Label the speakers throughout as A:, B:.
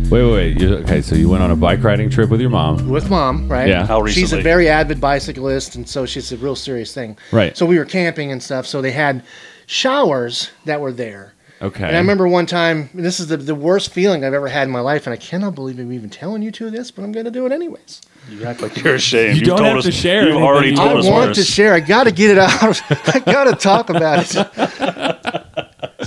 A: you okay? So you went on a bike riding trip with your mom.
B: with mom, right?
A: Yeah. How
B: She's a
C: recently?
B: very avid bicyclist, and so she's a real serious thing.
A: Right.
B: So we were camping and stuff. So they had showers that were there.
A: Okay.
B: And I remember one time, and this is the, the worst feeling I've ever had in my life, and I cannot believe I'm even telling you two this, but I'm going to do it anyways.
C: You act like you're ashamed.
A: You
C: You've
A: don't
C: told
A: have
C: us,
A: to share
C: You've
A: anything.
C: already
A: You
C: told
B: I
C: us
B: want
C: worse.
B: to share. I got to get it out. I got to talk about it.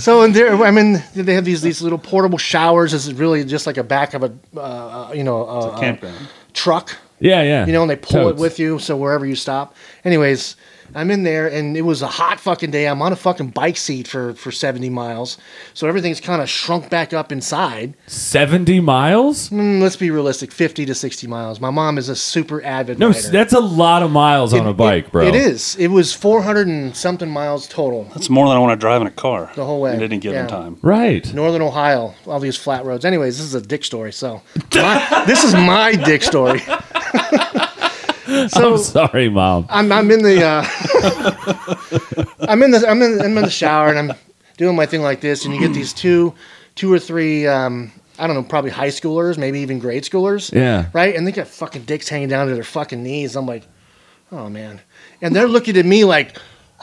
B: so in there, I mean, they have these these little portable showers. It's really just like a back of a uh, you know a, a
C: Campground.
B: truck,
A: yeah, yeah.
B: you know, and they pull
A: Totes.
B: it with you. So wherever you stop, anyways. I'm in there, and it was a hot fucking day. I'm on a fucking bike seat for, for 70 miles, so everything's kind of shrunk back up inside.
A: seventy miles.
B: Mm, let's be realistic, 50 to 60 miles. My mom is a super avid
A: No,
B: rider.
A: s- that's a lot of miles on a bike,
B: It-
A: bro.
B: It is. It was 400 and something miles total
C: That's more than I want to drive in a car.
B: the whole way.
C: In any given
B: Yeah.
C: time.
A: right.
B: Northern Ohio, all these flat roads. Anyways, this is a dick story. So, my, this is my dick story. so
A: I'm sorry, mom.
B: I'm, I'm in the uh, I'm in the I'm in, I'm in the shower and I'm doing my thing like this, and you get these two, two or three um, I don't know, probably high schoolers, maybe even grade schoolers.
A: Yeah.
B: Right, and they got fucking dicks hanging down to their fucking knees. I'm like, oh man, and they're looking at me like.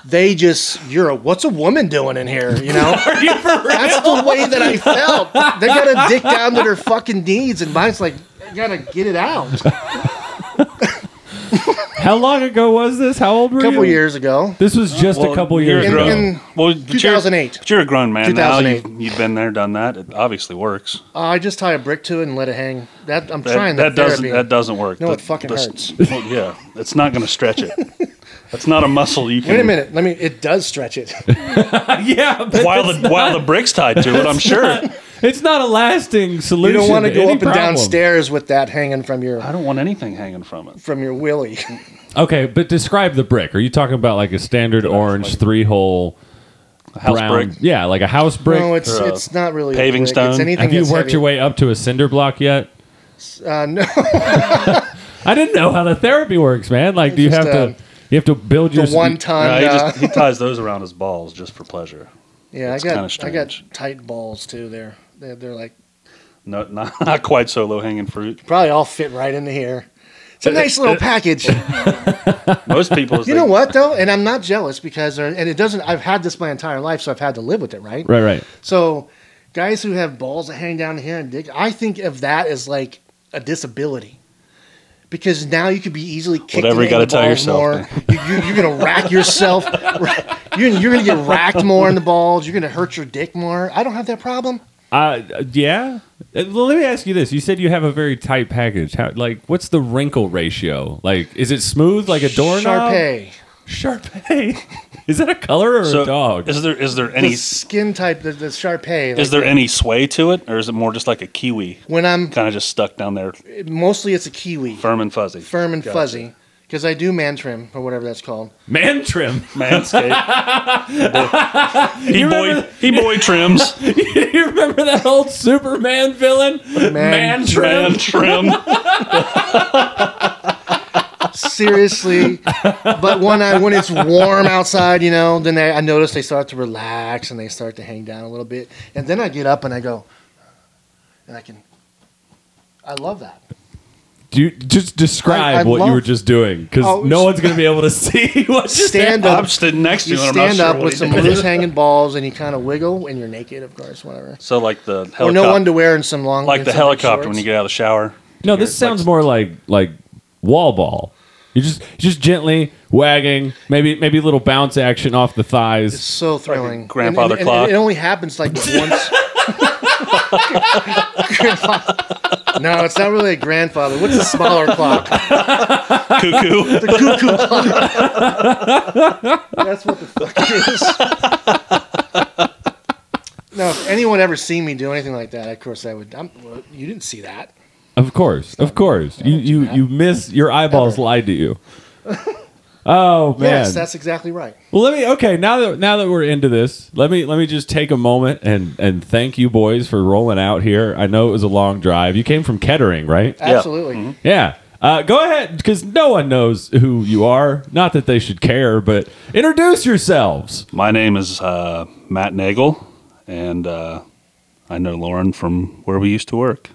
B: They just, you're a, what's a woman doing in here? You know? That's the way that I felt. They got a dick down to their fucking knees, and mine's like, I gotta get it out. A
A: How long ago was this? How old were you?
B: couple years ago.
A: This was just a
C: Well,
A: couple
C: you're
A: years
C: a grown-
A: ago.
B: in-
C: well, but you're-
B: 2008.
C: But you're a grown man now.
B: 2008.
C: You've, you've been there, done that. It obviously works.
B: Uh, I just tie a brick to it and let it hang. That I'm
C: That,
B: trying that
C: that doesn't.
B: therapy.
C: That doesn't work.
B: No,
C: The-
B: it fucking
C: the-
B: hurts.
C: well, yeah, it's not going to stretch it. That's not a muscle you can.
B: Wait a minute. Let me. It does stretch it.
A: yeah, but
C: While
A: that's
C: the while the brick's tied to it, I'm sure.
A: It's not a lasting
B: You
A: solution.
B: don't want to go
A: any
B: up and
A: problem.
B: down stairs with that hanging from your
C: I don't want anything hanging from it.
B: from your willy.
A: Okay, but describe the brick. Are you talking about like a standard orange three hole
C: House
A: brown?
C: brick.
A: Yeah, like a house brick.
B: no, it's
C: Or a
B: it's not really a
C: paving
B: brick.
C: stone?
B: It's anything
A: Have you
B: that's
A: worked
B: heavy.
A: your way up to a cinder block yet?
B: Uh, no,
A: I didn't know how the therapy works, man. Like, do you
B: Just,
A: have
B: uh,
A: to? You have to build your
B: the one
C: No,
B: time.
C: he
B: uh,
C: just he ties those around his balls just for pleasure.
B: yeah, I
C: it's kinda
B: got I
C: strange.
B: got tight balls too. There, they're, they're like
C: No, not, not quite so low hanging fruit.
B: probably all fit right into here. It's a nice little package.
C: Most people, is
B: You
C: they-
B: know what though, and I'm not jealous because there, and it doesn't. I've had this my entire life, so I've had to live with it, right?
A: Right, right.
B: So, guys who have balls that hang down here and dick, I think of that as like a disability. Because now you could be easily kicked
C: Whatever you
B: in the
C: gotta tell
B: balls
C: yourself,
B: more. You, you, you're gonna rack yourself. You're, you're gonna get racked more in the balls. You're gonna hurt your dick more. I don't have that problem.
A: Uh, yeah. Uh, Well, let me ask you this. You said you have a very tight package. How, like, what's the wrinkle ratio? Like, is it smooth like a doorknob?
B: Sharpay,
A: Sharpay. Is that a color or
C: So
A: a dog?
C: is there is there
B: the
C: any is
B: skin type, the, the Sharpay. like
C: there
B: the-
C: any sway to it, or is it more just like a kiwi,
B: When I'm
C: kind of just stuck down there,
B: mostly it's a kiwi,
C: firm and fuzzy,
B: firm and
C: Gotcha.
B: fuzzy, because I do man trim or whatever that's called.
A: Man trim.
C: manscape? he
A: You
C: boy
A: remember-
C: he boy trims,
A: you remember that old Superman villain? Man, trim.
C: man trim.
B: seriously. but when I when it's warm outside, you know, then I, I notice they start to relax and they start to hang down a little bit, and then I get up and I go, and I can. I love that.
A: Do you just describe
B: I- I
A: what you
B: love-
A: were just doing? Because
B: Oh,
A: no one's gonna be able to see what you did.
B: Stand
C: I'm
B: up.
C: sitting next to
B: You
C: you, and I'm not
B: stand
C: sure
B: up
C: what
B: with
C: he
B: some
C: did.
B: loose hanging balls, and you kind of wiggle, and you're naked, of course, whatever.
C: So like the
B: Or
C: helicopter,
B: no underwear and some long.
C: like
B: and
C: the
B: some big
C: helicopter when
B: shorts.
C: you get out of the shower.
A: No, this
C: You're, like,
A: sounds more like like wall ball. You just just gently wagging, maybe maybe a little bounce action off the
B: It's
A: thighs.
B: so thrilling. And-
C: grandfather
B: and- and
C: clock.
B: It only happens like once. Grandfather- no, it's not really a grandfather. What's a smaller clock?
C: cuckoo.
B: The cuckoo clock. That's what the fuck it is. Now, if anyone ever seen me do anything like that, of course I would. I'm, well, you didn't see that.
A: Of course, of course. You you you miss your eyeballs lied to you. Oh man.
B: Yes, that's exactly right.
A: Well, let me. Okay, now that now that we're into this, let me let me just take a moment and and thank you boys for rolling out here. I know it was a long drive. You came from Kettering, right?
B: Absolutely.
A: Yeah. Uh, go ahead, because no one knows who you are. Not that they should care, but introduce yourselves.
C: My name is uh, Matt Nagel, and uh, I know Lauren from where we used to work.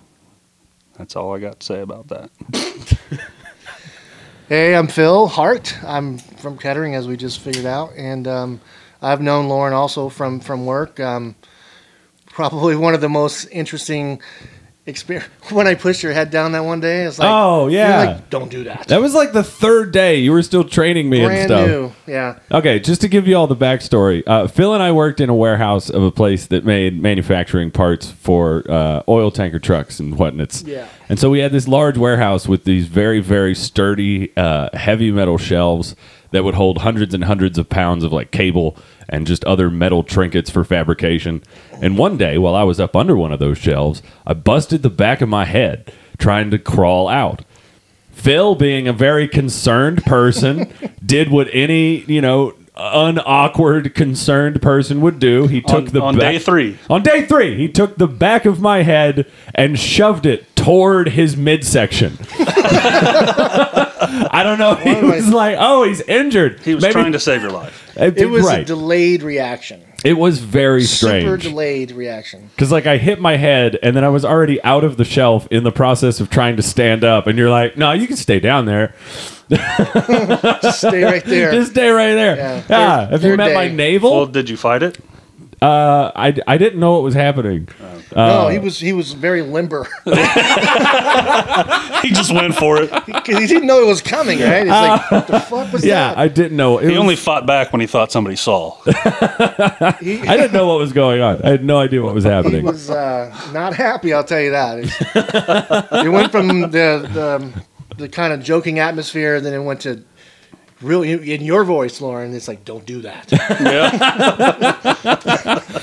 C: That's all I got to say about that.
B: Hey, I'm Phil Hart. I'm from Kettering, as we just figured out, and um, I've known Lauren also from from work. Um, probably one of the most interesting experience when I pushed your head down that one day. It's like,
A: Oh,
B: you're
A: yeah.
B: like, don't do that.
A: That was like the third day. You were still training me and
B: Brand
A: stuff.
B: new, yeah.
A: Okay, just to give you all the backstory, uh, Phil and I worked in a warehouse of a place that made manufacturing parts for uh, oil tanker trucks and whatnots.
B: Yeah.
A: And so we had this large warehouse with these very, very sturdy, uh, heavy metal shelves that would hold hundreds and hundreds of pounds of like cable and just other metal trinkets for fabrication. And one day, while I was up under one of those shelves, I busted the back of my head trying to crawl out. Phil, being a very concerned person, did what any you know unawkward concerned person would do. He took
C: On-
A: the
C: on
A: back-
C: day three.
A: On day three, he took the back of my head and shoved it toward his midsection. I don't know. He
B: Why do I-
A: was like, "Oh, he's injured."
C: He was trying to save your life.
A: It,
B: It was a
A: right.
B: delayed reaction,
A: it was very strange.
B: super delayed reaction.
A: Because like I hit my head and then I was already out of the shelf in the process of trying to stand up, and you're like, "No, you can stay down there.
B: Just stay right there.
A: Just stay right there."
B: Yeah.
A: Yeah.
B: Third-
A: have you
B: third
A: met my
B: day.
A: navel?
C: Well, did you fight it?
A: Uh, I I didn't know what was happening. Oh.
B: no, he was he was very limber
C: He just went for it.
B: 'Cause he didn't know it was coming. Right? He's like, what the fuck was
A: Yeah,
B: that?
A: I didn't know. It
C: He
A: was-
C: only fought back when he thought somebody saw.
B: He,
A: I didn't know what was going on. I had no idea what was
B: he
A: happening.
B: was uh, not happy. I'll tell you that. It's- it went from the um, the, the kind of joking atmosphere, then it went to really in your voice, Lauren. It's like, don't do that.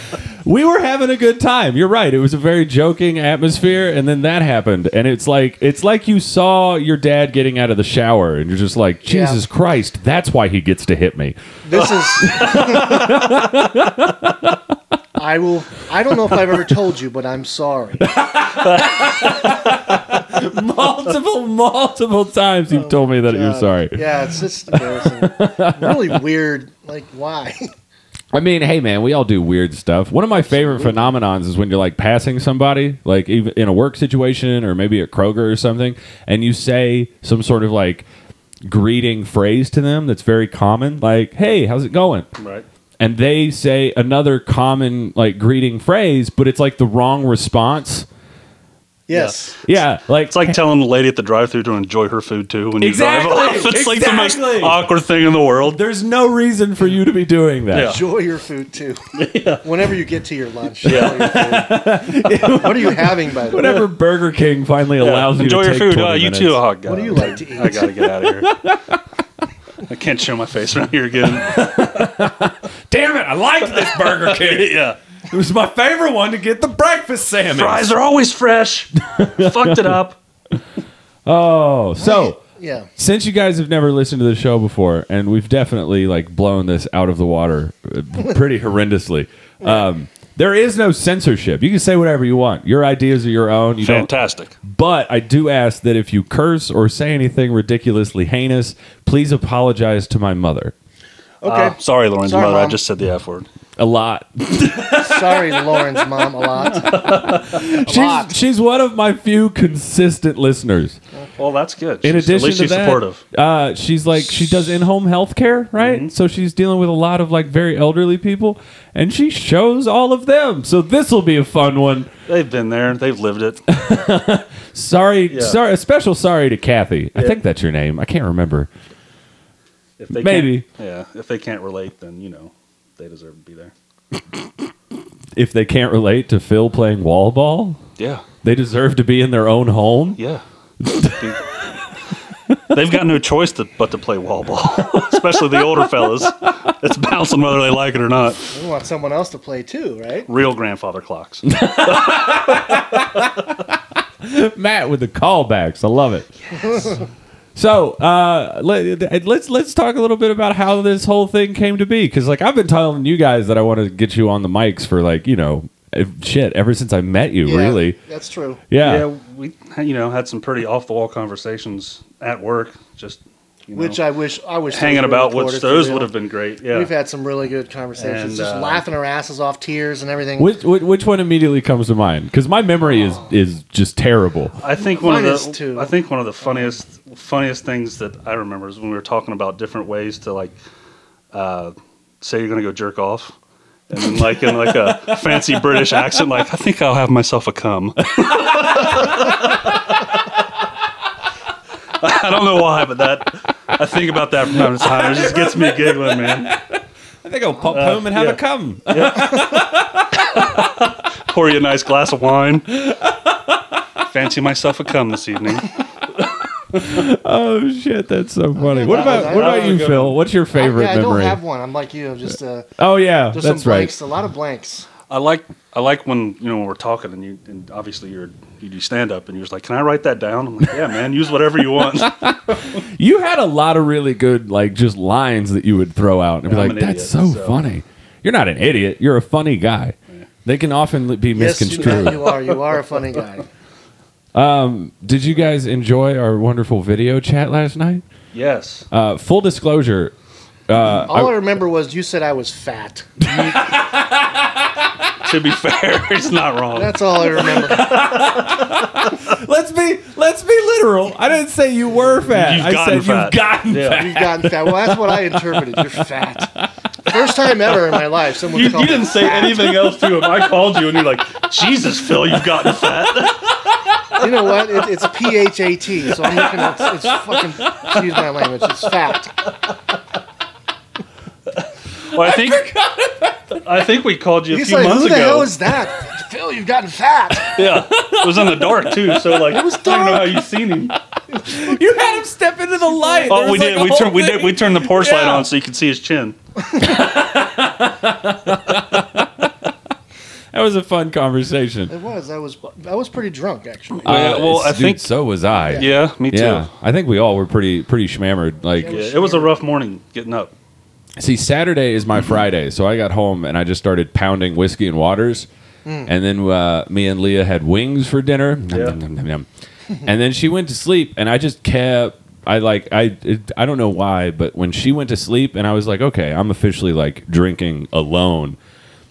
C: Yeah.
A: we were having a good time. You're right. It was a very joking atmosphere, and then that happened, and it's like it's like you saw your dad getting out of the shower, and you're just like,
B: Yeah.
A: Jesus Christ, that's why he gets to hit me.
B: This is. I will. I don't know if I've ever told you, but I'm sorry.
A: multiple, multiple times you've told me that you're
B: Uh,
A: sorry.
B: Yeah, it's just embarrassing. really weird. Like, why?
A: I mean, hey man, we all do weird stuff. One of my favorite phenomenons is when you're like passing somebody, like even in a work situation or maybe at Kroger or something, and you say some sort of like greeting phrase to them that's very common, like "Hey, how's it going?"
C: Right.
A: And they say another common like greeting phrase, but it's like the wrong response.
B: Yes.
A: Yeah, like
C: It's like telling the lady at the drive-through to enjoy her food too when you
A: Exactly,
C: drive off. It's like the most
A: exactly.
C: awkward thing in the world.
A: there's no reason for you to be doing that.
C: Yeah.
B: Enjoy your food too. Whenever you get to your lunch. enjoy your food. what are you having, by the way?
A: Whenever Burger King finally
C: Yeah.
A: allows you
C: enjoy
A: to
C: your
A: take
C: food.
A: 20
C: Oh, you
A: minutes.
C: too. Oh, God.
B: What do you like to
C: I
B: eat?
C: gotta get out of here. I can't show my face around here again.
A: Damn it! I liked this Burger King.
C: yeah.
A: It was my favorite one to get the breakfast salmon.
C: Fries are always fresh. Fucked it up.
A: Oh, so
B: Yeah.
A: since you guys have never listened to the show before, and we've definitely like blown this out of the water uh, pretty horrendously, um, there is no censorship. You can say whatever you want. Your ideas are your own. You don't.
C: Fantastic.
A: But I do ask that if you curse or say anything ridiculously heinous, please apologize to my mother.
B: Okay.
C: Uh, sorry, Lauren's
B: Sorry,
C: mother. I
B: Mom.
C: just said the F word.
A: A lot.
C: Uh,
B: Sorry, Lauren's mom, a lot. lot.
A: She's, she's one of my few consistent listeners.
C: Well, that's good.
A: In
C: She's-
A: addition
C: at least
A: to
C: she's
A: that,
C: supportive. Mm-hmm.
A: Uh, she's like she does in-home healthcare, right? So she's dealing with a lot of like very elderly people, and she shows all of them. So this will be a fun one.
C: They've been there. They've lived it.
A: Sorry,
C: Yeah.
A: sorry, a special sorry to Kathy. I
C: Yeah.
A: think that's your name. I can't remember.
C: If they
A: Maybe.
C: can't- Yeah. If they can't relate, then you know they deserve to be there.
A: If they can't relate to Phil playing wall ball,
C: Yeah.
A: they deserve to be in their own home.
C: Yeah. They've got no choice to, but to play wall ball, especially the older fellas. It's bouncing whether they like it or not.
B: We want someone else to play too, right?
C: Real grandfather clocks.
A: Matt with the callbacks, I love it. So uh, let, let's let's talk a little bit about how this whole thing came to be because like I've been telling you guys that I want to get you on the mics for like you know eh, shit ever since I met you
B: Yeah,
A: really
B: That's true.
A: yeah.
C: we you know had some pretty off the wall conversations at work. Just you know,
B: Which I wish I wish those
C: hanging
B: were
C: about,
B: recorded,
C: which
B: for
C: those
B: real.
C: would have been great. Yeah,
B: We've had some really good conversations,
C: And,
B: just
C: uh,
B: laughing our asses off, tears and everything.
A: Which, which which one immediately comes to mind? Because my memory is is just terrible.
C: I think one
B: Mine
C: of
B: is
C: the
B: too.
C: I think one of the funniest funniest things that I remember is when we were talking about different ways to like uh, say you're gonna go jerk off. And then, like in like a fancy British accent, like I think I'll have myself a cum. I don't know why, but that I think about that from time to time. It just gets me giggling, man.
A: I think I'll pop home and have
B: Uh,
A: a cum.
C: Pour you a nice glass of wine. Fancy myself a cum this evening.
A: Oh shit, that's so funny. What
B: that
A: about
B: was-
A: what
B: that
A: about
C: was a
A: you,
C: good
A: Phil? What's your
B: I,
A: favorite
B: yeah, I don't
A: memory?
B: have one. I'm like you. I'm just uh,
A: oh yeah,
B: there's
A: that's
B: some
A: right.
B: blanks, a lot of blanks.
C: I like I like when you know when we're talking and you and obviously you're you do stand up and you're just like, can I write that down? I'm like, yeah, man, use whatever you want.
A: You had a lot of really good like just lines that you would throw out and be
C: Yeah, I'm
A: like,
C: an
A: "That's so,
C: idiot, so-
A: funny." You're not an idiot. You're a funny guy. They can often be
B: Yes, you,
A: misconstrued.
B: you are. You are a funny guy.
A: Did you guys enjoy our wonderful video chat last night?
C: yes,
A: Uh, full disclosure,
B: All I remember was you said I was fat.
C: to be fair, it's not wrong.
B: That's all I remember.
A: let's be let's be literal. I didn't say you were fat.
C: You've
A: I said
C: gotten fat.
A: you've gotten
C: Yeah.
A: fat.
B: You've gotten fat. Well, that's what I interpreted. You're fat. First time ever in my life someone
C: You,
B: called
C: you
B: me
C: didn't say anything else to him. I called you and you're like, Jesus, Phil, you've gotten fat.
B: You know what? It, it's P H A T. So I'm looking at it's fucking. Excuse my language. It's fat.
C: Well, I think I think we called you a
B: He's
C: few
B: like,
C: months
B: who the
C: ago.
B: hell is that? Phil, you've gotten fat.
C: yeah, it was in the dark too. So like, I don't know how you've seen him.
A: You had him step into the light. There
C: Oh, we
A: was, like,
C: did.
A: a
C: We
A: whole
C: turned. We
A: thing.
C: did. We turned the porch light
A: Yeah.
C: on so you could see his chin.
A: That was a fun conversation.
B: It was. I was. I was pretty drunk actually.
C: yeah, well, I
A: dude,
C: think-
A: so was I.
C: Yeah, me too.
A: Yeah, I think we all were pretty pretty shmammered. Like,
C: Yeah, it was a rough morning getting up.
A: see, Saturday is my Friday, so I got home and I just started pounding whiskey and waters, and then uh, me and Leah had wings for dinner. Nom,
C: Hmm. Yeah.
A: nom, nom, nom, nom. and then she went to sleep, and I just kept. I like I it, I don't know why, but when she went to sleep, and I was like, okay, I'm officially like drinking alone.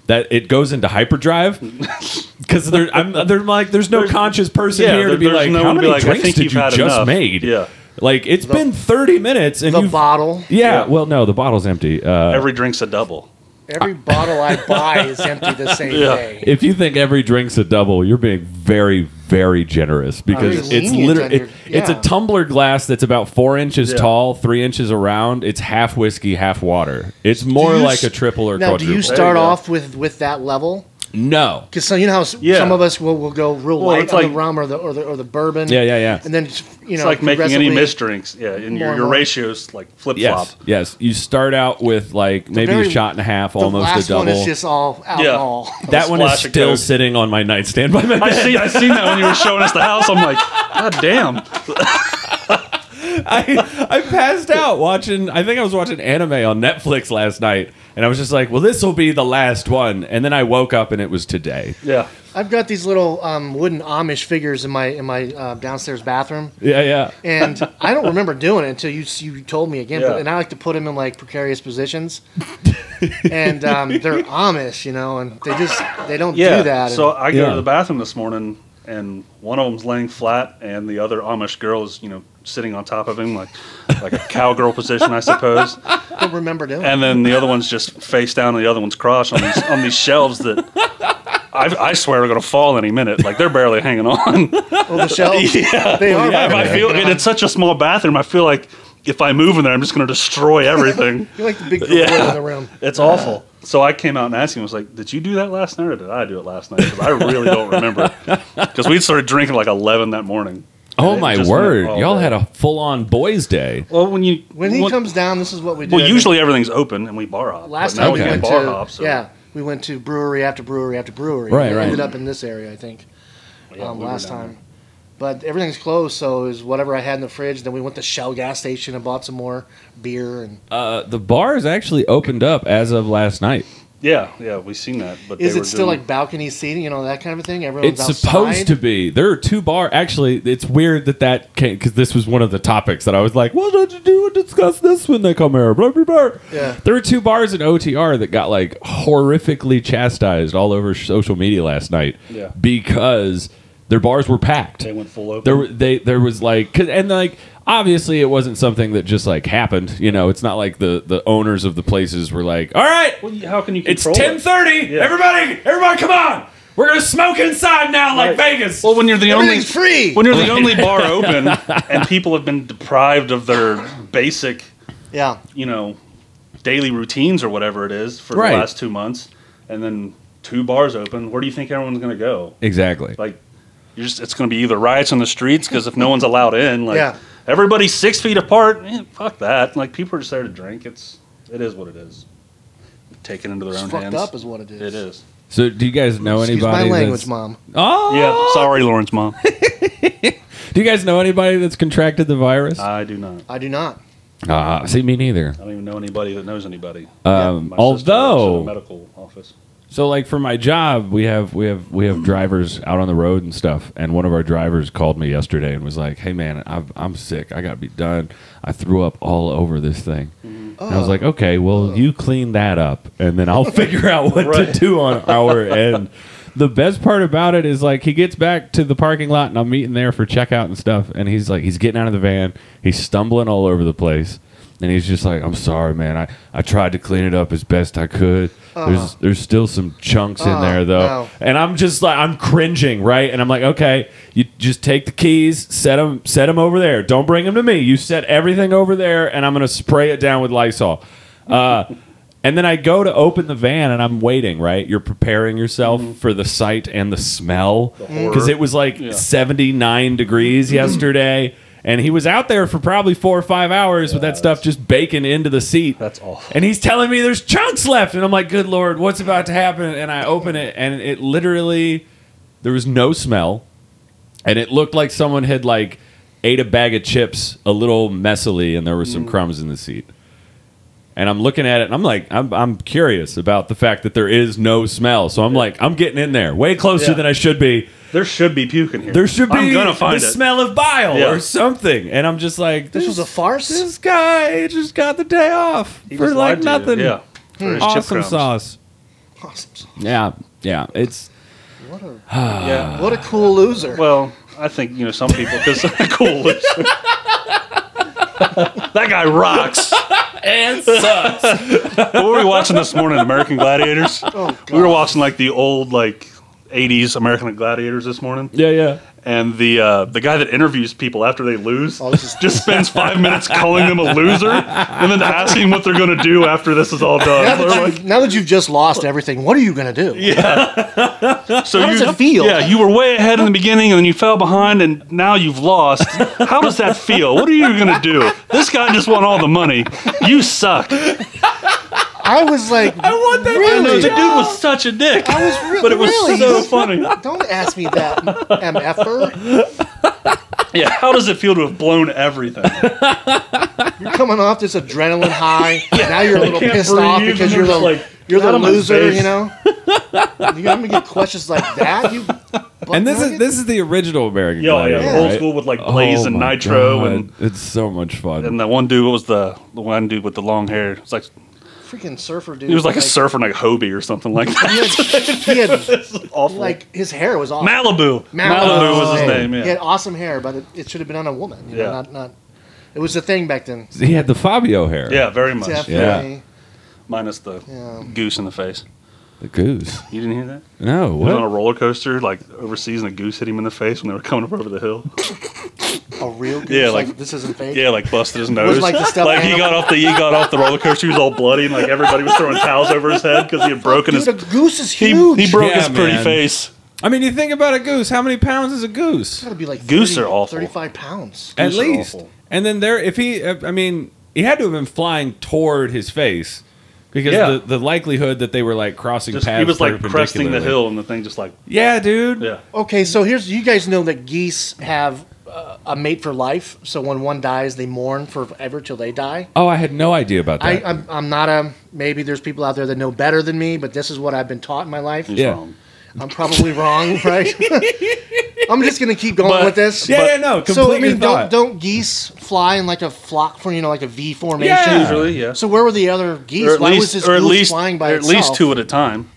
A: That it goes into hyperdrive because there I'm there like there's no conscious person
C: yeah,
A: here
C: there-
A: to be
C: there's
A: like
C: no
A: how
C: one to
A: many
C: be like, I
A: drinks
C: think
A: did you
C: you've had
A: just
C: enough.
A: made?
C: Yeah.
A: Like it's been 30 minutes and
B: The
A: you've-
B: bottle.
A: yeah,
C: Yeah.
A: well no, the bottle's empty. Uh,
C: Every drink's a double.
B: Every bottle I buy is empty the same day.
A: if you think every drink's a double, you're being very very generous because
B: you're
A: it's
B: lenient on
A: literally
B: your-
A: it, it's a
B: yeah.
A: tumbler glass that's about four inches
C: Yeah.
A: tall, three inches around. It's half whiskey, half water. It's more
B: you
A: like
B: s-
A: a triple or
B: Now, do
A: quadruple.
B: you start
C: go.
B: off with with that level?
A: no,
B: Because so you know how s-
C: Yeah.
B: some of us will, will go real
C: Well,
B: light
C: it's
B: on
C: like-
B: the rum or the or the or the bourbon.
A: Yeah, yeah, yeah.
B: And then you know,
C: It's like making any
B: progressively-
C: missed drinks. Yeah, and
B: More
C: your,
B: and
C: your
B: more.
C: ratios like flip flop.
A: yes, yes. You start out with like maybe
B: very-
A: a shot and a half,
B: The
A: almost
B: last
A: a double.
B: one is just all alcohol.
A: that one is
C: Splash of
A: still
C: Coke.
A: sitting on my nightstand by my
C: I
A: bed.
C: see. I seen that when you were showing us the house. I'm like, God damn.
A: I, I passed out watching. I think I was watching anime on Netflix last night, and I was just like, "Well, this will be the last one." And then I woke up, and it was today.
C: Yeah.
B: I've got these little um, wooden Amish figures in my in my uh, downstairs bathroom,
A: Yeah, yeah.
B: and I don't remember doing it until you you told me again.
C: Yeah.
B: But, and I like to put them in like precarious positions, and um, they're Amish, you know, and they just they don't
C: Yeah.
B: do that.
C: So
B: And
C: I go
A: Yeah.
C: to the bathroom this morning, and one of them's laying flat, and the other Amish girl is, you know, sitting on top of him, like, like a cowgirl position, I suppose.
B: I don't remember doing. it.
C: And then the other one's just face down, and the other one's crotch on these on these shelves that. I, I swear are gonna fall any minute. Like they're barely hanging on.
B: Oh, the shelves, they are.
C: Yeah, but I
B: right.
C: feel and it's such a small bathroom. I feel like if I move in there, I'm just going to destroy everything.
B: You're like the big boy
C: Yeah.
B: in the room.
C: it's awful. So I came out and asked him, I was like, "Did you do that last night, or did I do it last night?" Because I really don't remember. Because we started drinking like 11 that morning.
A: Oh
C: And it
A: my
C: just
A: word!
C: went all
A: Y'all
C: day.
A: had a full-on boys' day.
C: Well, when you
B: When he
C: well,
B: comes down, this is what we do.
C: well,
B: I think.
C: usually everything's open and we bar hop.
B: last
C: but now
B: time
C: we
A: Okay.
B: we
C: can
B: went
C: bar
B: to
C: hop. So
B: yeah, we went to brewery after brewery after brewery.
A: Right,
B: we
A: right.
B: Ended up in this area, I think.
C: Yeah,
B: um,
C: we were
B: last
C: down
B: time. But everything's closed, so it was whatever I had in the fridge. Then we went to Shell gas station and bought some more beer. And
A: Uh, the bar is actually opened up as of last night.
C: there. Yeah, yeah, we seen that. But
B: Is
C: they were
B: it still
C: doing-
B: like balcony seating, you know, that kind of a thing? Everyone's
A: It's supposed
B: outside?
A: to be. There are two bar. Actually, it's weird that that came because this was one of the topics that I was like, "What did you do and discuss this when they come here?" Blah blah blah.
B: Yeah.
A: There were two bars in OTR that got like horrifically chastised all over social media last night.
C: Yeah.
A: Because their bars were packed.
C: They went full open.
A: There were they there was like 'cause- and like obviously it wasn't something that just like happened. You know, it's not like the the owners of the places were like, "All right,
C: Well, you- how can you
A: it's
C: control
A: ten
C: it?
A: thirty.
C: Yeah.
A: Everybody, everybody, come on. We're gonna smoke inside now, like
C: Right.
A: Vegas.
C: Well, when you're the only
B: Everything's free.
C: when you're the only bar open and people have been deprived of their basic,
B: yeah.
C: you know, daily routines or whatever it is for
A: Right.
C: the last two months, and then two bars open, where do you think everyone's going to go?
A: exactly.
C: Like, you're just it's going to be either riots on the streets because if no one's allowed in, like
B: Yeah.
C: everybody's six feet apart. eh, fuck that. Like people are just there to drink. It's it is what it is. Take it into their
B: It's
C: own
B: fucked
C: hands.
B: up is what it is.
C: It is.
A: So, do you guys know
B: Excuse
A: anybody?
B: my language,
A: that's,
B: mom.
A: Oh,
C: Yeah. Sorry, Lauren's mom.
A: Do you guys know anybody that's contracted the virus?
C: I do not.
B: I do not.
A: Ah, see, me neither.
C: I don't even know anybody that knows anybody.
A: Um,
C: uh, My sister works in
A: although,
C: a medical office.
A: So like for my job, we have we have we have drivers out on the road and stuff. And one of our drivers called me yesterday and was like, "Hey man, I've, I'm sick. I gotta be done. I threw up all over this thing."
C: Mm-hmm.
A: And I was like, "Okay, well you clean that up, and then I'll figure out what
C: Right.
A: to do on our end." The best part about it is like he gets back to the parking lot and I'm meeting there for checkout and stuff. And he's like, he's getting out of the van. He's stumbling all over the place. And he's just like, I'm sorry, man. I, I tried to clean it up as best I could. There's there's still some chunks in
B: Oh,
A: there though.
B: no.
A: And I'm just like I'm cringing, right? And I'm like, okay, you just take the keys, set them set them over there. Don't bring them to me. You set everything over there and I'm going to spray it down with Lysol. Uh And then I go to open the van and I'm waiting, right? You're preparing yourself for the sight and the smell.
C: Mm-hmm. horror.
A: Because it was like
C: Yeah. Mm-hmm.
A: 79 degrees yesterday. And he was out there for probably four or five hours with that stuff just baking into the seat.
C: That's awful.
A: And he's telling me there's chunks left. And I'm like, good Lord, what's about to happen? And I open it and it literally, there was no smell. And it looked like someone had like ate a bag of chips a little messily and there were
C: Mm.
A: some crumbs in the seat. And I'm looking at it and I'm like, I'm, I'm curious about the fact that there is no smell. So I'm like, I'm getting in there way closer
C: Yeah.
A: than I should be.
C: There should be puke in here.
A: There should be
C: I'm gonna find
A: the
C: it.
A: smell of bile
C: Yeah.
A: or something. And I'm just like,
B: This was a farce?
A: This guy just got the day off
C: He
A: for
C: just
A: like
C: lied to you.
A: nothing.
C: Yeah. For his chip
A: Awesome
C: crumbs.
A: sauce.
B: Awesome.
A: Yeah, yeah. It's
B: What a,
C: Yeah.
B: what a cool loser.
C: Well, I think you know some people because cool. that guy rocks.
A: and sucks.
C: What were we watching this morning? American Gladiators.
B: oh,
C: We were
B: God.
C: watching like the old like '80s American Gladiators this morning.
A: yeah, yeah.
C: and the uh, the guy that interviews people after they lose
B: Oh, this is-
C: just spends five minutes calling them a loser and then asking what they're going to do after this is all done.
B: now,
C: They're
B: that
C: like,
B: you've, now that you've just lost everything, what are you going to do?
C: so
B: does
C: you-
B: it feel?"
C: Yeah, you were way ahead in the beginning and then you fell behind and now you've lost. How does that feel? What are you going to do? This guy just won all the money. You suck.
B: I was like, I
A: want that
B: really?
C: The dude was such a dick,
B: I was re-
C: but it was
B: really?
C: so funny.
B: Don't ask me that, MFer.
C: Yeah, how does it feel to have blown everything?
B: You're coming off this adrenaline high. Now you're a little
C: can't
B: pissed off
C: breathe,
B: because
C: and
B: you're the
C: it's like,
B: you're the
C: out of my
B: loser.
C: face.
B: You know, you're gonna get questions like that. You
A: And this is this is the original American.
C: Yeah, yeah,
A: Gladiator,
C: old
A: right?
C: school with like Blaze
A: Oh
C: and
A: my
C: Nitro
A: God,
C: and
A: it's so much fun.
C: and that one dude what was the the one dude with the long hair. It's like
B: freaking surfer dude.
C: He was like a surfer, in, like Hobie or something like that.
B: He had
C: Awful.
B: like his hair was awesome. uh,
C: Malibu. Malibu, was his name.
B: He
C: Yeah.
B: had awesome hair, but it, it should have been on a woman. You know,
C: Yeah.
B: not not. It was a thing back then.
A: he had the Fabio hair.
C: yeah, very much.
B: Definitely.
C: Minus the
B: Yeah.
C: goose in the face.
A: the goose.
C: You didn't hear that?
A: No,
C: He was on a
A: what?
C: roller coaster, like overseas, and a goose hit him in the face when they were coming up over the hill.
B: A real goose.
C: Yeah,
B: like,
C: like-
B: this isn't fake.
C: Yeah, like busted his nose.
B: like the stuffed
C: Like, he
B: animal.
C: got off the he got off the roller coaster. He was all bloody, and like everybody was throwing towels over his head because he had broken
B: Dude,
C: his
B: a goose is
C: he,
B: huge.
C: he broke
A: Yeah,
C: his pretty
A: man.
C: face.
A: I mean, you think about a goose. How many pounds is a goose?
B: Gotta be like
C: Goose
B: 30,
C: are awful.
B: Thirty-five pounds.
A: at
C: Goose are
A: least.
C: awful.
A: And then there, if he, I mean, he had to have been flying toward his face because
C: Yeah.
A: the, the likelihood that they were like crossing
C: Just,
A: paths.
C: he was like cresting the
A: perpendicularly-
C: hill, and the thing just like
A: Yeah, dude.
C: yeah.
B: Okay, so here's you guys know that geese have uh, a mate for life. So when one dies, they mourn forever till they die.
A: Oh, I had no idea about
B: I,
A: that.
B: I'm, I'm not a maybe. There's people out there that know better than me, but this is what I've been taught in my life.
C: Mm.
A: Yeah.
B: I'm probably wrong, right? I'm just gonna keep going
C: But-
B: with this.
A: yeah, yeah, no,
B: So I
A: completely
B: mean, don't
A: not.
B: don't geese fly in like a flock for you know like a V formation?
A: Yeah.
C: Usually, yeah.
B: So where were the other geese?
C: or at
B: Why
C: least,
B: was this
C: or at
B: goose
C: least,
B: flying by
C: or at
B: itself?
C: least two at a time.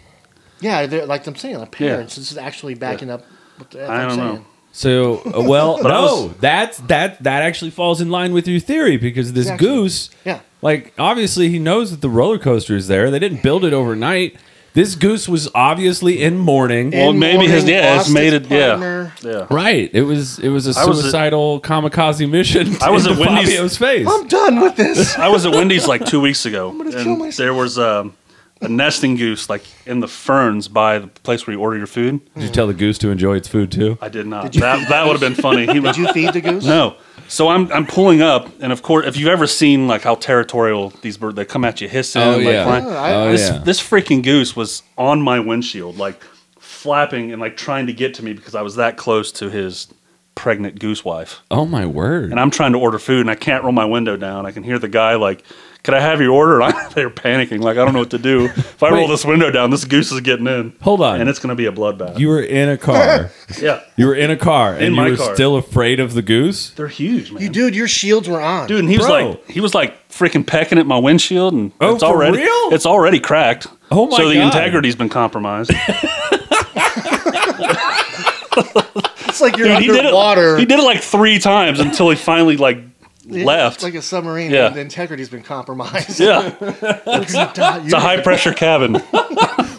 B: Yeah, they're, like I'm saying, the
C: Yeah.
B: parents. This is actually backing up. What the heck
C: I
B: I'm
C: don't
B: saying.
C: know.
A: So, uh, well,
C: I
A: no,
C: was-
A: that's that that actually falls in line with your theory because this
B: Exactly.
A: goose,
B: Yeah.
A: like obviously he knows that the roller coaster is there. They didn't build it overnight. This goose was obviously in mourning.
C: Well,
B: In
C: maybe his
B: mourning,
C: yeah, it's
B: lost
C: made
B: his
C: it yeah,
B: partner.
C: yeah.
A: Right. It was it was a
C: I was at-
A: suicidal kamikaze mission.
C: I was at
A: into
C: Wendy's-
A: Fabio's face.
B: I'm done with this.
C: I was at Wendy's like two weeks ago,
B: gonna
C: and
B: kill myself.
C: there was um, a nesting goose like in the ferns by the place where you order your food.
A: Did you tell the goose to enjoy its food too?
C: I did not. that that would have been funny. He was,
B: Did you feed the goose?
C: no. So I'm I'm pulling up, and of course, if you've ever seen like how territorial these birds, they come at you hissing.
A: Oh,
C: like,
A: yeah.
C: flying.
B: Oh, I-
A: Oh,
C: this
A: yeah.
C: this freaking goose was on my windshield, like flapping and like trying to get to me because I was that close to his pregnant goose wife.
A: Oh my word.
C: and I'm trying to order food and I can't roll my window down. I can hear the guy like, "Could I have your order?" And I, they're panicking, like I don't know what to do. If I roll
A: Wait.
C: this window down, this goose is getting in.
A: Hold on.
C: and it's going to be a bloodbath.
A: you were in a car.
C: yeah,
A: you were in a car and
C: In
A: you
C: my
A: were
C: car.
A: still afraid of the goose?
C: they're huge, man.
B: You, dude, your shields were on.
C: Dude, and he was
A: Bro.
C: like, he was like freaking pecking at my windshield, and
A: Oh,
C: it's
A: for
C: already,
A: real?
C: it's already cracked.
A: Oh, my
C: So the
A: God.
C: integrity's been compromised.
B: it's like you're
C: Dude, he did it.
B: underwater.
C: He did it like three times until he finally like
B: It's
C: left.
B: like a submarine.
C: Yeah.
B: and The integrity's been compromised.
C: yeah, it's
B: it's
C: a high pressure cabin.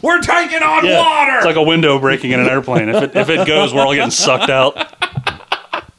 A: We're taking on
C: Yeah. It's
A: water.
C: like a window breaking in an airplane. If it, if it goes, we're all getting sucked out.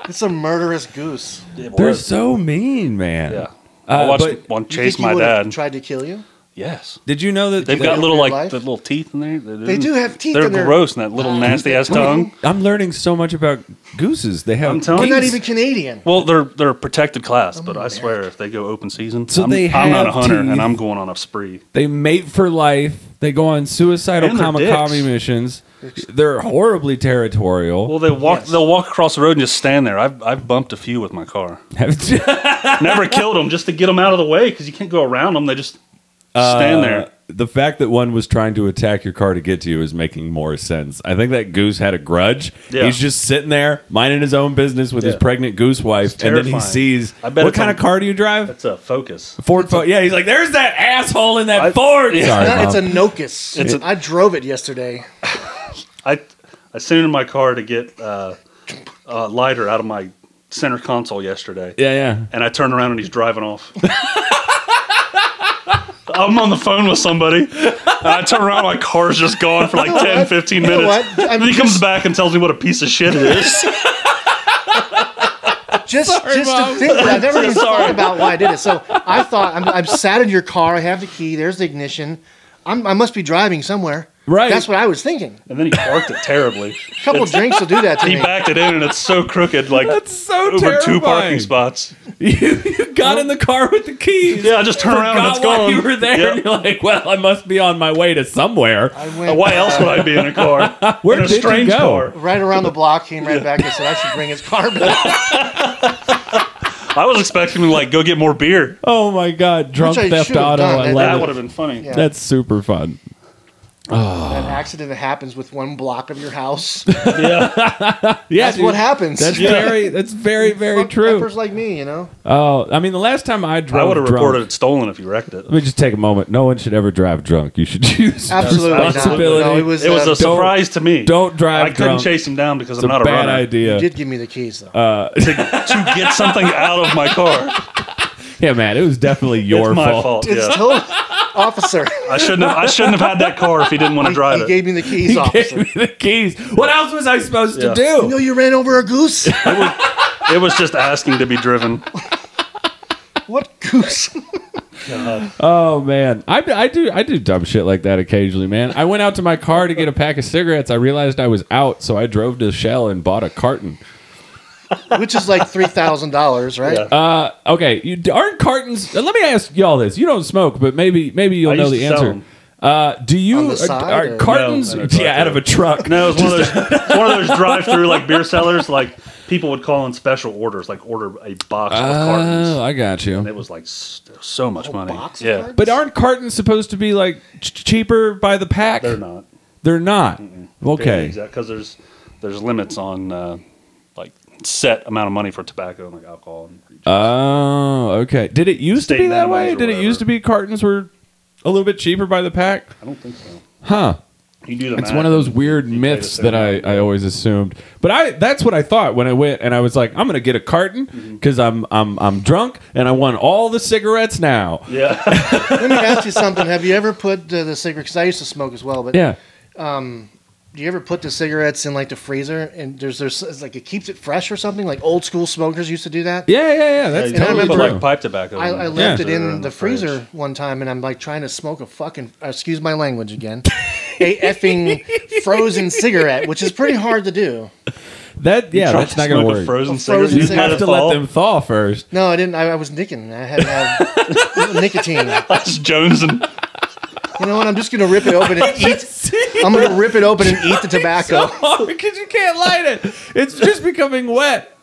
B: It's a murderous goose.
A: They're so mean, man.
C: yeah.
A: Uh,
C: I watched
A: but-
C: one
B: You
C: chase
B: think he
C: my
B: would have
C: dad.
B: Tried to kill you.
C: yes.
A: Did you know that
C: They've
A: they
C: got
B: do
C: little
B: in
C: like
B: real life?
C: the little teeth in there.
B: They do have teeth.
C: They're
B: in their,
C: gross and that little nasty ass tongue.
A: I'm learning so much about gooses. They have
C: I'm
B: They're
C: telling you.
B: not even Canadian.
C: Well, they're they're a protected class, but I swear if they go open season,
A: So
C: I'm,
A: they
C: I'm not a
A: have
C: hunter
A: teeth.
C: and I'm going on a spree.
A: They mate for life. They go on suicidal
C: And they're
A: kamikaze
C: dicks.
A: missions. They're horribly territorial.
C: Well, they walk
B: Yes.
C: they'll walk across the road and just stand there. I've I've bumped a few with my car. Never killed them just to get them out of the way because you can't go around them. They just stand
A: Uh,
C: there.
A: The fact that one was trying to attack your car to get to you is making more sense. I think that goose had a grudge.
C: Yeah.
A: He's just sitting there minding his own business with his
C: Yeah.
A: pregnant goose wife,
C: It's
A: and then he
C: terrifying.
A: sees
C: I bet
A: what
C: it's
A: kind
C: a-
A: of car do you drive?
C: That's a focus.
A: Ford. Fo- yeah, he's like, there's that asshole in that
C: I-
A: Ford.
C: Yeah.
A: Sorry,
B: No,
A: Mom.
B: it's a Nokus.
C: It's a-
B: I drove it yesterday.
C: I I sent in my car to get uh, a lighter out of my center console yesterday,
A: yeah, yeah.
C: and I turned around and he's driving off. I'm on the phone with somebody. And I turn around, my car's just gone for like 10, 15
B: know
C: minutes.
B: what? I'm
C: and then he comes back and tells me what a piece of shit it is.
B: Just,
A: Sorry,
B: just
A: Mom.
B: to think, I never even thought about why I did it. So I thought I'm, I'm sat in your car. I have the key. There's the ignition. I'm, I must be driving somewhere.
A: Right.
B: That's what I was thinking.
C: and then he parked it terribly.
B: A couple drinks will do that to
C: He
B: me.
C: backed it in, and it's so crooked, like
A: That's so
C: over
A: terrifying.
C: two parking spots.
A: You, you got in the car with the keys.
C: Yeah, I just turn around and
A: Forgot
C: it's
A: why
C: gone.
A: You were there, and
C: Yep.
A: you're like, well, I must be on my way to somewhere.
B: I
C: Uh,
B: went
C: Why else would I be in a car?
A: Where
C: in a
A: did you
C: strange
A: go?
C: car.
B: right around the block, came right back and said I should bring his car back.
C: I was expecting him to like go get more beer.
A: Oh my god, drunk
B: I
A: theft
B: should have
A: auto.
B: done.
A: I
B: That-
A: love
C: That
A: it.
C: would have been funny.
B: Yeah.
A: That's super fun.
B: An accident that happens with one block of your house.
A: Yeah,
B: That's
A: dude.
B: what happens.
A: That's very. That's very very
B: Fuck
A: true.
B: peppers like me, you know.
A: Oh, I mean, the last time I
C: I
A: drove,
C: would have
A: drunk-
C: reported it stolen if you wrecked it.
A: Let me just take a moment. No one should ever drive drunk. You should use
B: Absolutely not.
A: responsibility.
B: No, it was.
C: It was
B: uh,
C: a surprise to me.
A: Don't drive
C: I couldn't
A: drunk.
C: chase him down because
A: It's
C: I'm not
A: a
C: a
A: bad
C: runner.
B: you
A: idea.
B: did give me the keys though.
A: Uh,
C: To get something out of my car,
A: Yeah, man, it was definitely your
C: it's my
A: fault.
C: fault.
B: it's
C: yeah.
B: total officer.
C: I shouldn't have. I shouldn't have had that car if he didn't want to drive
B: he
C: it.
B: gave me the keys,
A: He gave
B: officer.
A: me the keys. What else was I supposed
C: Yeah.
A: to do?
B: You know you ran over a goose.
C: it was just asking to be driven.
B: what goose?
A: Oh man, I, I do I do dumb shit like that occasionally, man. I went out to my car to get a pack of cigarettes. I realized I was out, so I drove to Shell and bought a carton.
B: Which is like three thousand dollars, right?
C: Yeah.
A: Uh, okay, you aren't cartons. uh, Let me ask y'all this: You don't smoke, but maybe maybe you'll
C: I
A: know
C: used
A: the
C: to sell
A: answer.
C: them.
A: Uh, do
B: On
A: you
B: the side,
A: are,
B: or-
A: are cartons?
C: No, I don't
A: yeah, out of a truck.
C: No, it was one of those one of those drive-through like beer sellers. Like people would call in special orders, like order a box of cartons.
A: Oh, I got you.
C: And it was like s- so much money.
B: Oh, box of
C: yeah,
B: cartons?
A: But aren't cartons supposed to be like ch- cheaper by the pack?
C: they're not.
A: They're not. Okay.
C: Because there's there's limits on uh, like set amount of money for tobacco and like alcohol. And
A: Oh, okay. Did it used to
C: State
A: be that
C: minimums
A: way?
C: or
A: Did it used
C: whatever.
A: to be cartons were a little bit cheaper by the pack?
C: I don't think so.
A: Huh.
C: You do the
A: It's
C: math.
A: one of those weird
C: You play
A: myths
C: the
A: that I,
C: same
A: I always assumed. But I that's what I thought when I went and I was like, I'm gonna get a
C: Mm-hmm.
A: carton because I'm I'm I'm drunk and I want all the cigarettes now.
C: Yeah,
B: Let me ask you something. Have you ever put uh, the cigarette? Because I used to smoke as well, but
A: Yeah.
B: do you ever put the cigarettes in like the freezer and there's there's it's like it keeps it fresh or something? Like old school smokers used to do that.
A: Yeah, yeah, yeah. That's
C: They
B: And I
A: totally
B: remember,
C: put,
A: true.
C: like pipe tobacco.
B: I,
C: in
B: I
C: the
B: left it
C: freezer or
B: in the
C: fridge.
B: freezer one time, and I'm like trying to smoke a fucking uh, excuse my language again, a effing frozen cigarette, which is pretty hard to do.
A: that yeah,
C: Try
A: that's
C: to
A: not gonna
C: smoke a
A: work.
C: Frozen
B: A frozen
A: You
B: cigarette.
C: cigarette.
A: have to let them thaw first.
B: No, I didn't. I, I was nicking. I had to have nicotine. You
C: That's Jones and
B: know what? I'm just gonna rip it open and eat. I'm gonna rip it open and eat the tobacco.
A: because you can't light it. It's just becoming wet.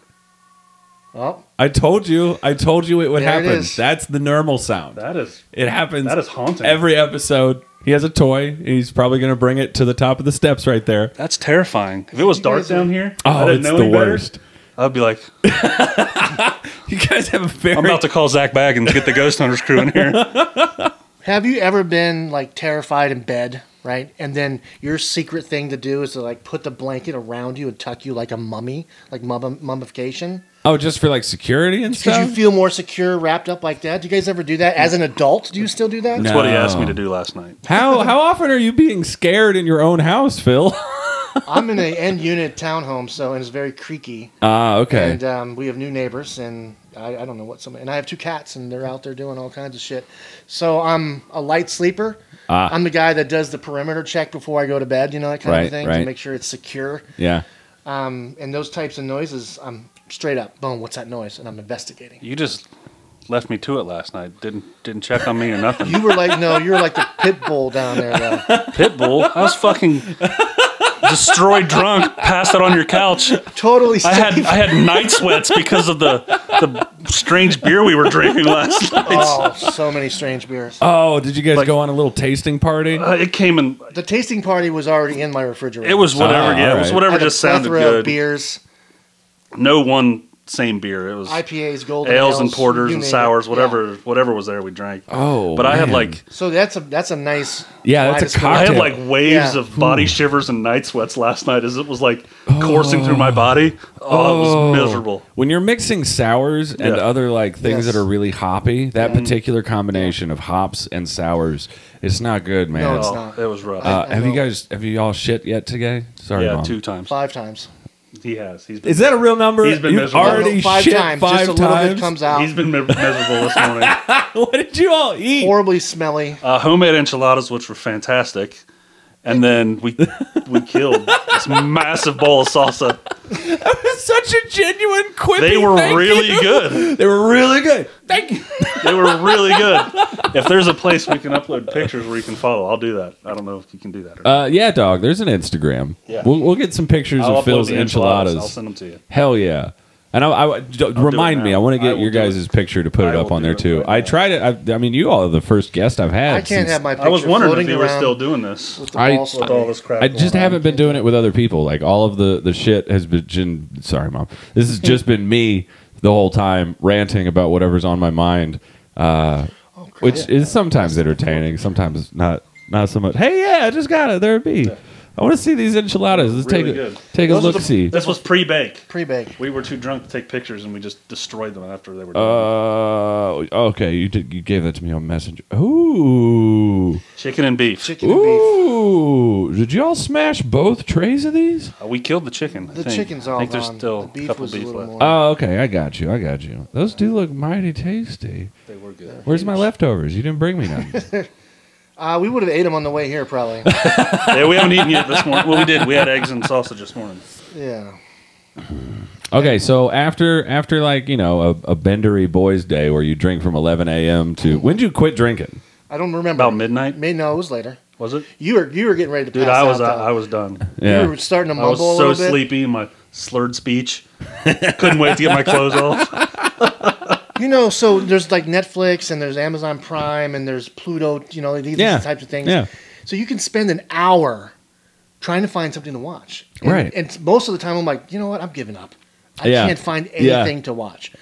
B: Well,
A: I told you. I told you it would
B: There it
A: happen.
B: is.
A: That's the normal sound.
C: that is
A: It happens.
C: that is haunting.
A: every episode. He has a toy. And he's probably going to bring it to the top of the steps right there.
C: that's terrifying. If it was dark
B: guys are-
C: down here, I
A: Oh,
C: didn't
A: it's
C: know
A: the
C: any better,
A: worst.
C: I'd be like,
A: You guys have a very.
C: I'm about to call Zach Baggins to get the Ghost Hunters crew in here.
B: Have you ever been like terrified in bed, right? And then your secret thing to do is to like put the blanket around you and tuck you like a mummy, like mum- mummification.
A: oh, just for like security and
B: Could
A: stuff.
B: you feel more secure wrapped up like that? Do you guys ever do that as an adult? Do you still do that?
A: No.
C: That's what he asked me to do last night.
A: how how often are you being scared in your own house, Phil?
B: I'm in an end unit townhome, so and it's very creaky.
A: Ah, okay.
B: And um, we have new neighbors, and I, I don't know what some. And I have two cats, and they're out there doing all kinds of shit. So I'm a light sleeper.
A: Ah.
B: I'm the guy that does the perimeter check before I go to bed. You know that kind
A: Right,
B: of thing
A: right.
B: to make sure it's secure.
A: yeah.
B: Um, and those types of noises, I'm straight up, boom, what's that noise? And I'm investigating.
C: You just left me to it last night. Didn't didn't check on me or nothing.
B: You were like, no, you were like the pit bull down there. Though.
C: Pitbull. I was fucking destroyed drunk, passed out on your couch.
B: Totally.
C: I had
B: safe.
C: I had night sweats because of the the strange beer we were drinking last night.
B: oh, so many strange beers.
A: Oh, did you guys
C: Like-
A: go on a little tasting party?
C: Uh, it came in
B: The tasting party was already in my refrigerator.
C: it was whatever,
A: Ah,
C: yeah. It was
A: alright.
B: I
C: whatever
B: had a
C: just sounded
B: plethora of
C: good.
B: Beers,
C: No one same beer. It was
B: IPAs, golden
C: ales
B: ales
C: and porters
B: you
C: and
B: name it.
C: sours,
B: Yeah.
C: whatever whatever was there we drank.
A: Oh,
C: but I had
A: man.
C: like
B: So that's a that's a nice.
A: Yeah, that's a
B: kaleidoscope.
C: I had
A: Cocktail.
C: like waves
B: Yeah.
C: of body shivers and night sweats last night as it was like coursing through my body. Oh, it was miserable.
A: When you're mixing sours and
C: Yeah. Mm.
A: other like things
B: Yes.
A: that are really hoppy, that particular combination of hops and sours, it's not good, man.
B: it's
C: Oh,
B: not.
C: It was rough.
A: Uh,
B: I
A: have you
B: know.
A: guys have you all shit yet today? Sorry,
C: yeah,
A: Mom.
C: two times.
B: Five times.
C: He has. He's been,
A: Is that a real number?
C: He's been
A: you
C: miserable.
A: already
B: five
A: shit
B: times.
A: five
B: just a little
A: times.
B: bit comes out.
C: he's been mi- miserable this morning.
A: what did you all eat?
B: horribly smelly.
A: Oh,
C: Uh, homemade enchiladas, which were fantastic, and then we we killed this massive bowl of salsa.
A: Such a genuine quip.
C: They were really good.
A: They were really good. Thank you.
C: They were really good. If there's a place we can upload pictures where you can follow, I'll do that. I don't know if you can do that. Or not.
A: Uh, yeah, dog. There's an Instagram.
C: Yeah.
A: We'll, we'll get some pictures
C: I'll
A: of Phil's
C: upload the
A: enchiladas.
C: I'll send them to you.
A: Hell yeah. And I, I- d- remind me,
C: now.
A: I want to
C: I
A: get
C: will
A: your
C: do
A: guys' picture to put
C: I
A: it up
C: will
A: on
C: do
A: there
C: it
A: too.
C: right
A: I
C: now.
A: tried it. I, I mean, you all are the first guest I've had.
B: I can't
A: since-
B: have my. Picture
C: I was wondering if
B: floating
C: you were
B: around
C: still doing this
B: With the
A: I-
B: balls
C: with all this crap.
A: I just
C: going on.
A: haven't been doing it with other people. Like all of the the shit has been. Jin- Sorry, mom. This has just been me the whole time ranting about whatever's on my mind, uh,
C: Oh,
A: which is sometimes entertaining, sometimes not not so much. Hey, yeah, I just got it. There it be. I want to see these enchiladas. Let's
C: Really
A: take a,
C: good.
A: take a
C: Those are
A: look.
C: the-
A: See.
C: This was pre-bake.
B: pre-bake.
C: We were too drunk to take pictures, and we just destroyed them after they were done.
A: Uh, okay. You did. You gave that to me on Messenger. Ooh.
C: Chicken and beef.
B: Chicken and beef.
A: Ooh. Did y'all smash both trays of these?
C: Uh, we killed the chicken. I
B: The
C: think.
B: chicken's
C: I
B: all
C: think there's
B: gone.
C: still
B: the
C: a
B: beef
C: couple
B: was
C: beef
B: a little
C: left.
B: more.
A: Oh, okay. I got you. I got you. Those do look mighty tasty.
C: They were good.
A: Where's my leftovers? You didn't bring me nothing.
B: Uh, we would have ate them on the way here, probably.
C: yeah, we haven't eaten yet this morning. Well, we did. We had eggs and sausage this morning.
B: yeah.
A: okay, so after after like you know a, a bendery boys' day where you drink from 11 a.m. to when did you quit drinking?
B: I don't remember.
C: About midnight
B: May no, it was later.
C: was it?
B: You were you were getting ready to
C: Dude,
B: pass
C: I was
B: out.
C: I,
B: though.
C: was done.
B: You were starting to
C: I was
B: mumble a
C: so
B: little bit.
C: sleepy. My slurred speech. Couldn't wait to get my clothes off.
B: You know, so there's like Netflix and there's Amazon Prime and there's Pluto, you know, these
A: Yeah.
B: types of things.
A: Yeah.
B: So you can spend an hour trying to find something to watch. And,
A: Right.
B: And most of the time I'm like, you know what? I'm giving up. I
A: Yeah.
B: can't find
A: Yeah.
B: anything to watch.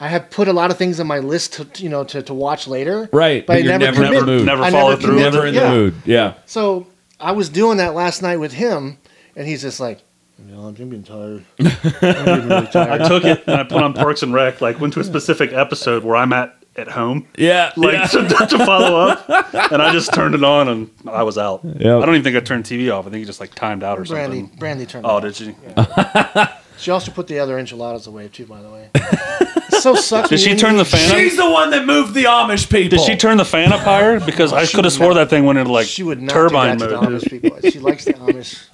B: I have put a lot of things on my list to, you know, to, to watch later.
A: Right,
B: But, I
A: you're
B: never,
A: never-
B: commit.
A: never moved.
C: Never
B: I
C: follow
B: never
C: through.
B: committed.
A: Never in the
B: Yeah.
A: mood. Yeah.
B: So I was doing that last night with him and he's just like, you know, I'm getting tired. I'm getting really tired.
C: I took it and I put on Parks and Rec. Like went to a specific episode where I'm at at home.
A: Yeah.
C: Like
A: yeah.
C: to, to follow up, and I just turned it on and I was out. I don't even think I turned TV off. I think it just like timed out or
B: Brandy,
C: something.
B: Brandy turned.
C: Oh,
B: it
C: did she?
B: She also put the other enchiladas away too, by the way. so sucks.
C: Did
B: when
C: she
B: you-
C: turn the fan? up?
A: She's the one that moved the Amish people.
C: Did she turn the fan up higher? Because I could have swore that thing went into like
B: She would not
C: turbine
B: do that
C: mode.
B: to the Amish people. She likes the Amish.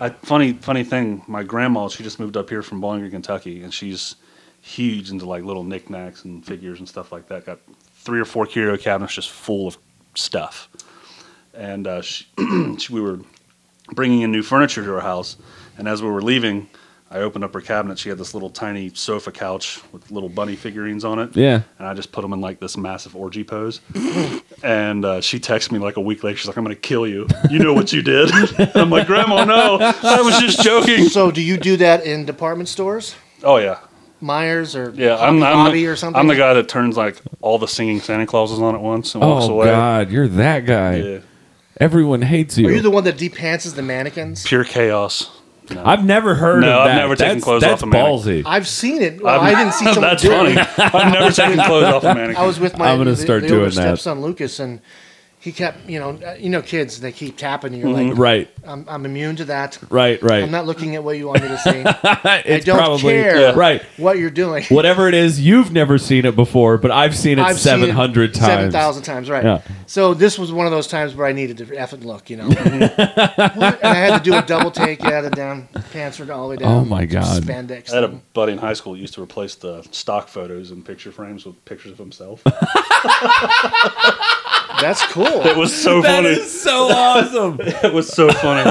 C: I, funny, funny thing. My grandma, she just moved up here from Bowling Green, Kentucky, and she's huge into like little knickknacks and figures and stuff like that. Got three or four curio cabinets just full of stuff. And uh, she, she, we were bringing in new furniture to her house, and as we were leaving, I opened up her cabinet. She had this little tiny sofa couch with little bunny figurines on it.
A: Yeah.
C: and I just put them in like this massive orgy pose. and uh, she texted me like a week later. She's like, "I'm gonna kill you. You know what you did." I'm like, "Grandma, no, I was just joking."
B: So, do you do that in department stores,
C: Oh yeah,
B: Myers or
C: yeah. I'm, I'm
B: Hobby
C: the,
B: or something?
C: I'm the guy that turns like all the singing Santa Clauses on at once and walks
A: Oh
C: away.
A: God, you're that guy.
C: Yeah.
A: Everyone hates you.
B: Are you the one that depantses the mannequins?
C: Pure chaos.
A: I've never heard
C: No,
A: of
C: I've
A: that.
C: never taken
A: that's,
C: clothes
A: that's
C: off a
A: ballsy.
C: mannequin.
B: I've seen it. Well,
C: I'm-
B: I didn't see someone
C: That's
B: do
C: funny.
B: it.
C: I've never taken clothes off a mannequin.
B: I was with my
A: I'm gonna
B: the-
A: start
B: the
A: doing
B: older
A: that.
B: stepson Lucas, and he kept you know uh, you know kids they keep tapping. And you're like,
A: Mm-hmm. Right,
B: I'm, I'm immune to that.
A: right, right.
B: I'm not looking at what you want me to see.
A: it's
B: don't
A: probably
B: care.
A: Yeah. right.
B: what you're doing.
A: Whatever it is, you've never seen it before, but I've seen it
B: I've seen it
A: seven hundred times.
B: 7,000 times, right.
A: Yeah.
B: So this was one of those times where I needed to effing look, you know. and
A: Mm-hmm.
B: I had to do a double take, yeah, the down, pants were all the way down.
A: Oh, my God.
B: Spandex.
C: I had a buddy in high school who used to replace the stock photos and picture frames with pictures of himself.
B: That's cool.
C: It was so
A: That
C: funny.
A: is so awesome.
C: It was so funny.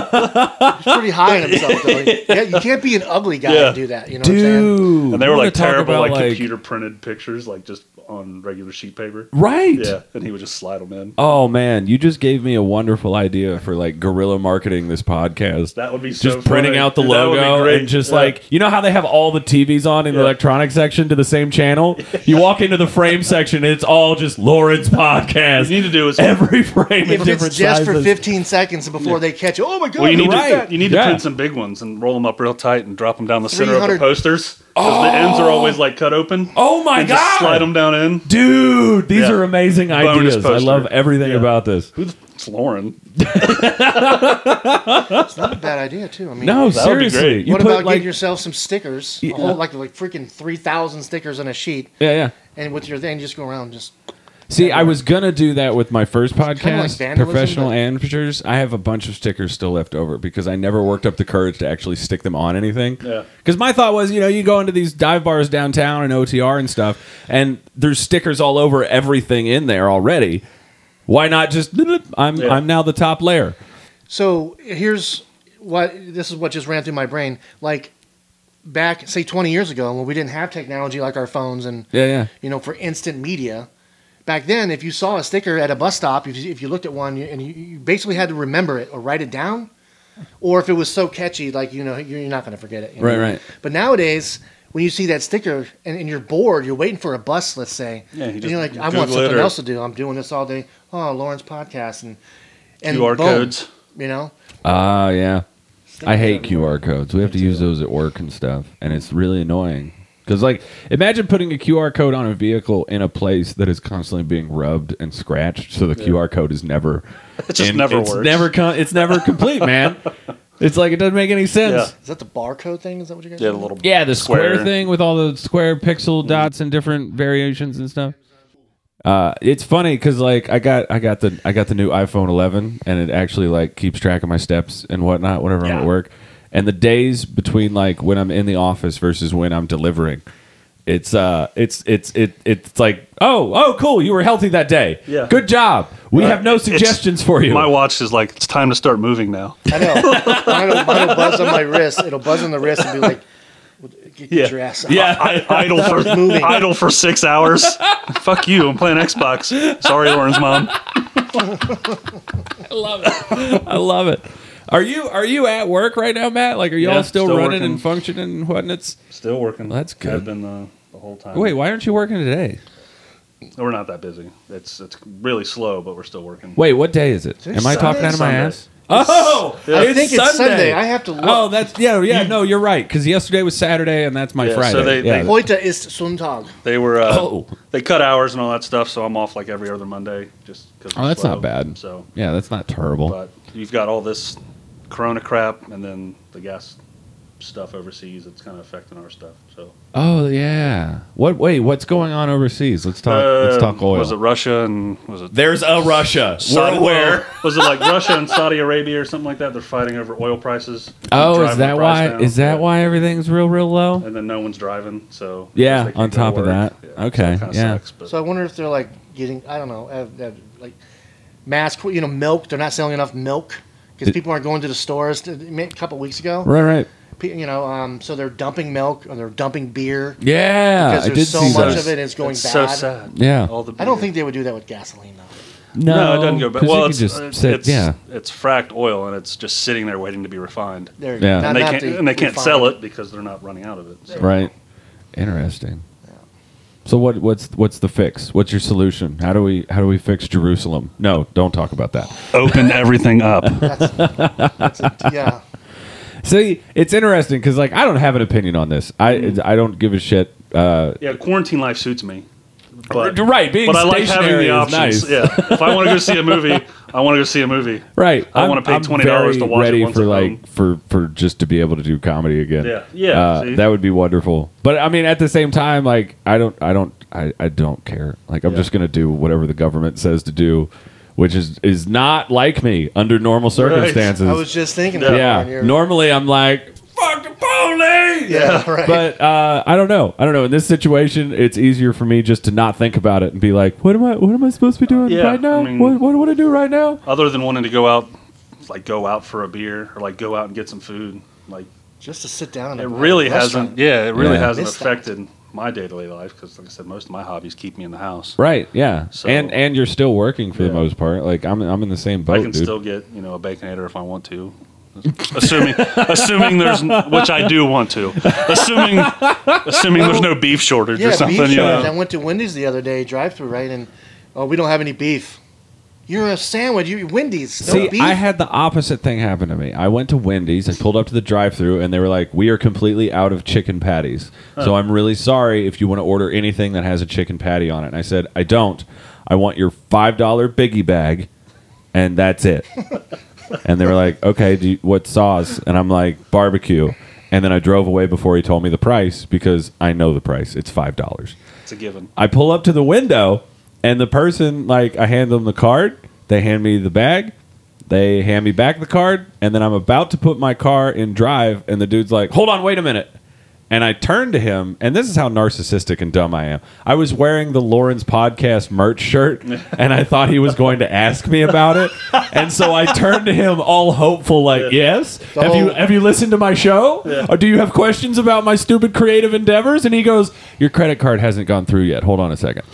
B: He's pretty high on himself, though. Yeah, you can't be an ugly guy
C: Yeah.
B: and do that, you know what I'm saying?
A: Dude.
C: And they
A: we
C: were
A: wanna
C: like
A: talk
C: terrible,
A: about,
C: like, computer printed pictures, like just on regular sheet paper.
A: Right.
C: Yeah, and he would just slide them in.
A: Oh man, you just gave me a wonderful idea for like guerrilla marketing this podcast.
C: That would be so
A: just printing
C: funny.
A: out the
C: That would be
A: logo
C: great.
A: and just
C: Yeah.
A: like you know how they have all the TVs on in the
C: Yeah.
A: electronics section to the same channel. You walk into the frame section, and it's all just Lauren's
C: What you
A: podcast.
C: need to do is
A: Every frame in
B: If
A: different
B: it's just
A: sizes.
B: for 15 seconds before they catch you, oh my God,
C: well, you need
A: Right.
C: to you need
A: Yeah.
C: to print some big ones and roll them up real tight and drop them down the center of the
B: 300.
C: posters because the ends are always like cut open.
A: oh my
C: and just
A: god,
C: slide them down in.
A: dude! These
C: Yeah.
A: are amazing
C: Bonus
A: ideas. I
C: poster.
A: love everything
C: Yeah.
A: about this.
C: Who's it's Lauren?
B: it's not a bad idea, too. I mean,
A: No,
C: That would be
A: seriously.
C: great.
A: You
B: what
A: put
B: about
A: like
B: getting yourself some stickers, a
A: Yeah.
B: whole, like, like freaking 3,000 stickers on a sheet,
A: yeah, yeah.
B: and with your thing, just go around and just
A: See, I was gonna do that with my first
B: kinda like
A: podcast,
B: vandalism,
A: professional
B: but-
A: amateurs. I have a bunch of stickers still left over because I never worked up the courage to actually stick them on anything.
C: Yeah.
A: Because my thought was, you know, you go into these dive bars downtown and OTR and stuff, and there's stickers all over everything in there already. Why not just? bloop, bloop, I'm
C: Yeah.
A: I'm now the top layer.
B: So here's what this is what just ran through my brain. Like back say 20 years ago when we didn't have technology like our phones and
A: Yeah, yeah.
B: you know for instant media. Back then, if you saw a sticker at a bus stop, if you, if you looked at one you, and you, you basically had to remember it or write it down, or if it was so catchy, like you know you're, you're not going to forget it. you know?
A: Right, right.
B: But nowadays, when you see that sticker and, and you're bored, you're waiting for a bus, let's say,
C: Yeah, you
B: and
C: just
B: you're like, I want
C: Google it
B: something
C: or-
B: else to do. I'm doing this all day. Oh, Lauren's podcast and and
C: QR
B: boom,
C: codes.
B: You know,
A: Ah, yeah. I hate QR codes. We have to use those at work and stuff, and it's really annoying. Because, like, imagine putting a QR code on a vehicle in a place that is constantly being rubbed and scratched, so the QR code is never.
C: It just
A: in-
C: never
A: it's
C: works.
A: Never com- it's never complete, man. It's like it doesn't make any sense.
B: Is that the barcode thing? Is that what you guys?
C: Yeah,
B: do?
C: the little
A: Yeah, the square. Mm-hmm.
C: Square.
A: thing with all the square pixel dots and different variations and stuff. Uh, it's funny because like I got I got the I got the new iPhone 11 and it actually like keeps track of my steps and whatnot whenever I'm
C: Yeah.
A: at work, and the days between like when I'm in the office versus when I'm delivering, it's uh it's it's it it's like oh oh cool you were healthy that day
C: Yeah. Uh,
A: good job we have no
C: it's-
A: suggestions for you
C: My watch is like it's time to start moving now.
B: I know. Mine will, mine will buzz on my wrist. It'll buzz on the wrist and be like, Get, get
C: Yeah.
B: your ass out.
A: Yeah.
C: I, idle
B: That was
C: for
B: moving.
C: idle for six hours. Fuck you! I'm playing Xbox. Sorry, Lauren's mom.
A: I love it. I love it. Are you are you at work right now, Matt? Like, are y'all
C: Yeah,
A: still,
C: still
A: running
C: working.
A: and functioning and whatnots?
C: Still working.
A: That's good.
C: I've been the, the whole time.
A: Wait, why aren't you working today?
C: we're not that busy. It's it's really slow, but we're still working.
A: Wait, what day is it?
B: It's
A: Am I talking
B: Sunday.
A: out of my
C: Sunday.
A: ass? Oh,
C: I
B: think it's Sunday. I have to look.
A: Oh, that's yeah, yeah. No, you're right. Because yesterday was Saturday, and that's my
C: Yeah, so
A: Friday.
C: they-
A: yeah.
C: they-
B: Heute ist Sonntag.
C: They were uh,
A: Oh.
C: they cut hours and all that stuff, so I'm off like every other Monday just because.
A: Oh, that's not bad.
C: So,
A: yeah, that's not terrible.
C: but you've got all this Corona crap, and then the gas stuff overseas. It's kind of affecting our stuff. So
A: oh yeah. What? Wait, what's going on overseas? Let's talk. let's
C: Uh,
A: talk oil.
C: Was it Russia and was it?
A: There's a Russia.
C: Saudi- well, was it like Russia and Saudi Arabia or something like that? They're fighting over oil prices.
A: Oh,
C: Driving
A: is
C: the
A: that
C: price
A: why?
C: down.
A: Is that
C: Yeah.
A: why everything's real, real low?
C: And then no one's driving, so
A: Yeah,
C: they can't
A: on
C: go to
A: top of
C: work.
A: that.
C: so it
A: Okay,
C: kinda
A: yeah.
C: sucks, but-
B: So I wonder if they're like getting, I don't know, have, have, like mass, qu- you know, milk. They're not selling enough milk because
A: It-
B: people aren't going to the stores. To, a couple weeks ago,
A: Right, right.
B: pe- you know, um, so they're dumping milk and they're dumping beer.
A: Yeah,
B: Because
A: I
B: there's
A: did
B: so
A: see
B: much
A: that.
B: of it is going
C: it's So
B: bad.
C: sad.
A: Yeah.
C: All the
B: I don't
C: beer.
B: think they would do that with gasoline though.
A: No,
C: it doesn't go bad.
A: 'cause you
C: Well,
A: could
C: it's,
A: just
C: uh,
A: sit-
C: it's,
A: yeah.
C: it's fracked oil and it's just sitting there waiting to be refined.
B: They're
A: Yeah.
B: not,
C: And they
B: not
C: can't
B: the
C: and they can't
B: refined-
C: sell it because they're not running out of it. So.
A: Right. Interesting. So what what's what's the fix? What's your solution? How do we how do we fix Jerusalem? No, don't talk about that.
C: Open everything up.
B: Yeah,
A: See, it's interesting cuz like I don't have an opinion on this. I
C: Mm-hmm.
A: I don't give a shit. Uh,
C: yeah, quarantine life suits me. But,
A: right, being
C: but I like having
A: stationary
C: the
A: is
C: options.
A: nice.
C: Yeah. If I want to go see a movie, I want to go see a movie.
A: right.
C: I
A: I'm-
C: wanna pay
A: I'm
C: $20 to
A: very
C: watch it
A: ready
C: once
A: for
C: at
A: like
C: home.
A: for for just to be able to do comedy again.
C: Yeah. Yeah,
A: Uh,
C: see?
A: that would be wonderful. But I mean at the same time like I don't I don't I, I don't care. Like I'm
C: Yeah.
A: just going to do whatever the government says to do. Which is, is not like me under normal circumstances.
B: I was just thinking. that
A: yeah.
B: when you're-
A: Normally, I'm like, fuck the police.
B: yeah, right.
A: But uh, I don't know. I don't know. In this situation, it's easier for me just to not think about it and be like, "What am I? What am I supposed to be doing
C: Yeah,
A: right now?
C: I mean-
A: what, what do I do right now?"
C: Other than wanting to go out, like go out for a beer or like go out and get some food, like
B: just to sit down. in
C: it
B: a
C: really
B: restaurant.
C: hasn't. Yeah, it really
A: Yeah.
C: hasn't
B: Missed that.
C: affected my day to day life because, like I said, most of my hobbies keep me in the house.
A: Right. Yeah.
C: So-
A: and and you're still working for the
C: Yeah.
A: most part. Like I'm I'm in the same boat,
C: I can
A: dude.
C: still get you know a baconator if I want to, assuming assuming there's which I do want to, assuming assuming there's no beef shortage
B: Yeah,
C: or something.
B: beef
C: you know.
B: shortage. I went to Wendy's the other day, drive through, right? And oh, we don't have any beef. You're a sandwich. You Wendy's. No
A: See,
B: beef.
A: I had the opposite thing happen to me. I went to Wendy's and pulled up to the drive-through, and they were like, "We are completely out of chicken patties, so I'm really sorry if you want to order anything that has a chicken patty on it." And I said, "I don't. I want your five dollar biggie bag, and that's it." and they were like, "Okay, do you, what sauce?" And I'm like, "Barbecue." And then I drove away before he told me the price because I know the price. It's five dollars.
C: It's a given.
A: I pull up to the window, and the person like I hand them the card. They hand me the bag. They hand me back the card, and then I'm about to put my car in drive, and the dude's like, "Hold on, wait a minute." And I turned to him, and this is how narcissistic and dumb I am. I was wearing the Lauren's podcast merch shirt, and I thought he was going to ask me about it, and so I turned to him, all hopeful, like, "Yes,
B: The
A: have you
B: whole-
A: have you listened to my show? Or do you have questions about my stupid creative endeavors? And he goes, Your credit card hasn't gone through yet. Hold on a second.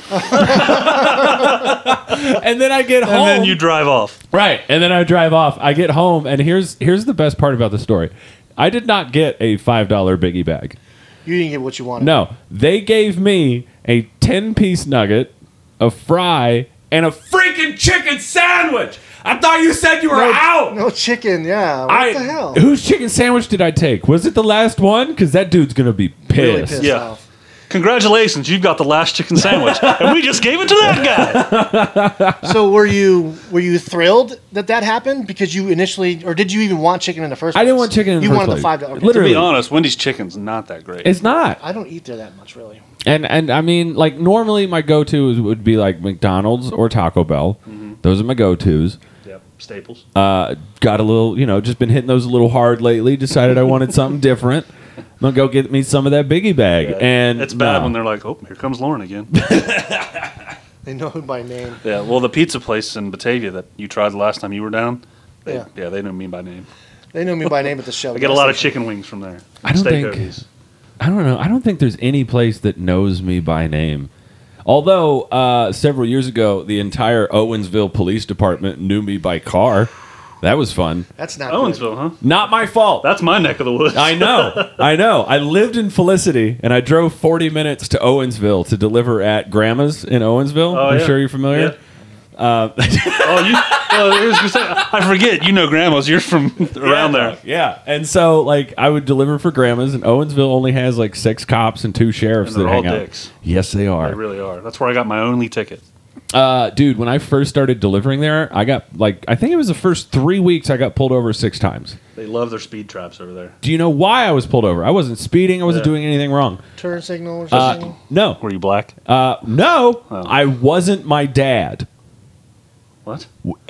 A: and then I get home.
C: And then you drive off.
A: right. And then I drive off. I get home, and here's here's the best part about the story. I did not get a five dollar biggie bag.
B: you didn't get what you wanted.
A: No. They gave me a ten piece nugget, a fry, and a freaking chicken sandwich. I thought you said you were
B: No-
A: out.
B: No chicken. Yeah. What
A: I,
B: the hell?
A: Whose chicken sandwich did I take? Was it the last one? Because that dude's gonna be pissed.
B: Really pissed
C: Yeah.
B: off.
C: Congratulations, you've got the last chicken sandwich, and we just gave it to that guy.
B: So were you were you thrilled that that happened because you initially or did you even want chicken in the first?
A: I didn't
B: place?
A: want chicken in the
B: you
A: first
B: wanted
A: place.
B: the five dollars.
A: Literally.
C: To be honest, Wendy's chicken's not that great.
A: It's not.
B: I don't eat there that much really.
A: And and I mean, like normally my go to would be like McDonald's or Taco Bell.
B: Mm-hmm.
A: Those are my go tos.
C: yep, Staples.
A: Uh, got a little, you know, just been hitting those a little hard lately. Decided I wanted something different. I'm gonna go get me some of that biggie bag.
C: Yeah.
A: And
C: it's bad
A: no.
C: when they're like, "Oh, here comes Lauren again."
B: They know by name.
C: yeah. Well, the pizza place in Batavia that you tried the last time you were down. They,
B: Yeah.
C: yeah. they know me by name.
B: They know me by name at the show.
C: I get a lot of chicken wings from there.
A: I don't
C: Steak
A: think-
C: Hoagies.
A: I don't know. I don't think there's any place that knows me by name. Although uh, several years ago, the entire Owensville Police Department knew me by car. That was fun.
B: That's not Good.
C: Owensville, huh?
A: Not my fault.
C: That's my neck of the woods.
A: I know. I know. I lived in Felicity and I drove 40 minutes to Owensville to deliver at Grandma's in Owensville.
C: Oh,
A: I'm
C: yeah.
A: sure you're familiar.
C: oh, you. Oh, I, was gonna say, I forget. You know, grandmas. You're from around there.
A: Yeah. And so, like, I would deliver for Grandma's, and Owensville only has like six cops and two sheriffs
C: And they're
A: that
C: all
A: hang out.
C: dicks.
A: Yes, they are.
C: They really are. That's where I got my only ticket.
A: Uh, dude, when I first started delivering there, I got like I think it was the first three weeks I got pulled over six times.
C: They love their speed traps over there.
A: Do you know why I was pulled over? I wasn't speeding. I wasn't
C: Yeah.
A: doing anything wrong.
B: Turn signal or something.
A: Uh, no,
C: Were you black?
A: uh, no,
C: Oh.
A: I wasn't my dad.
C: What?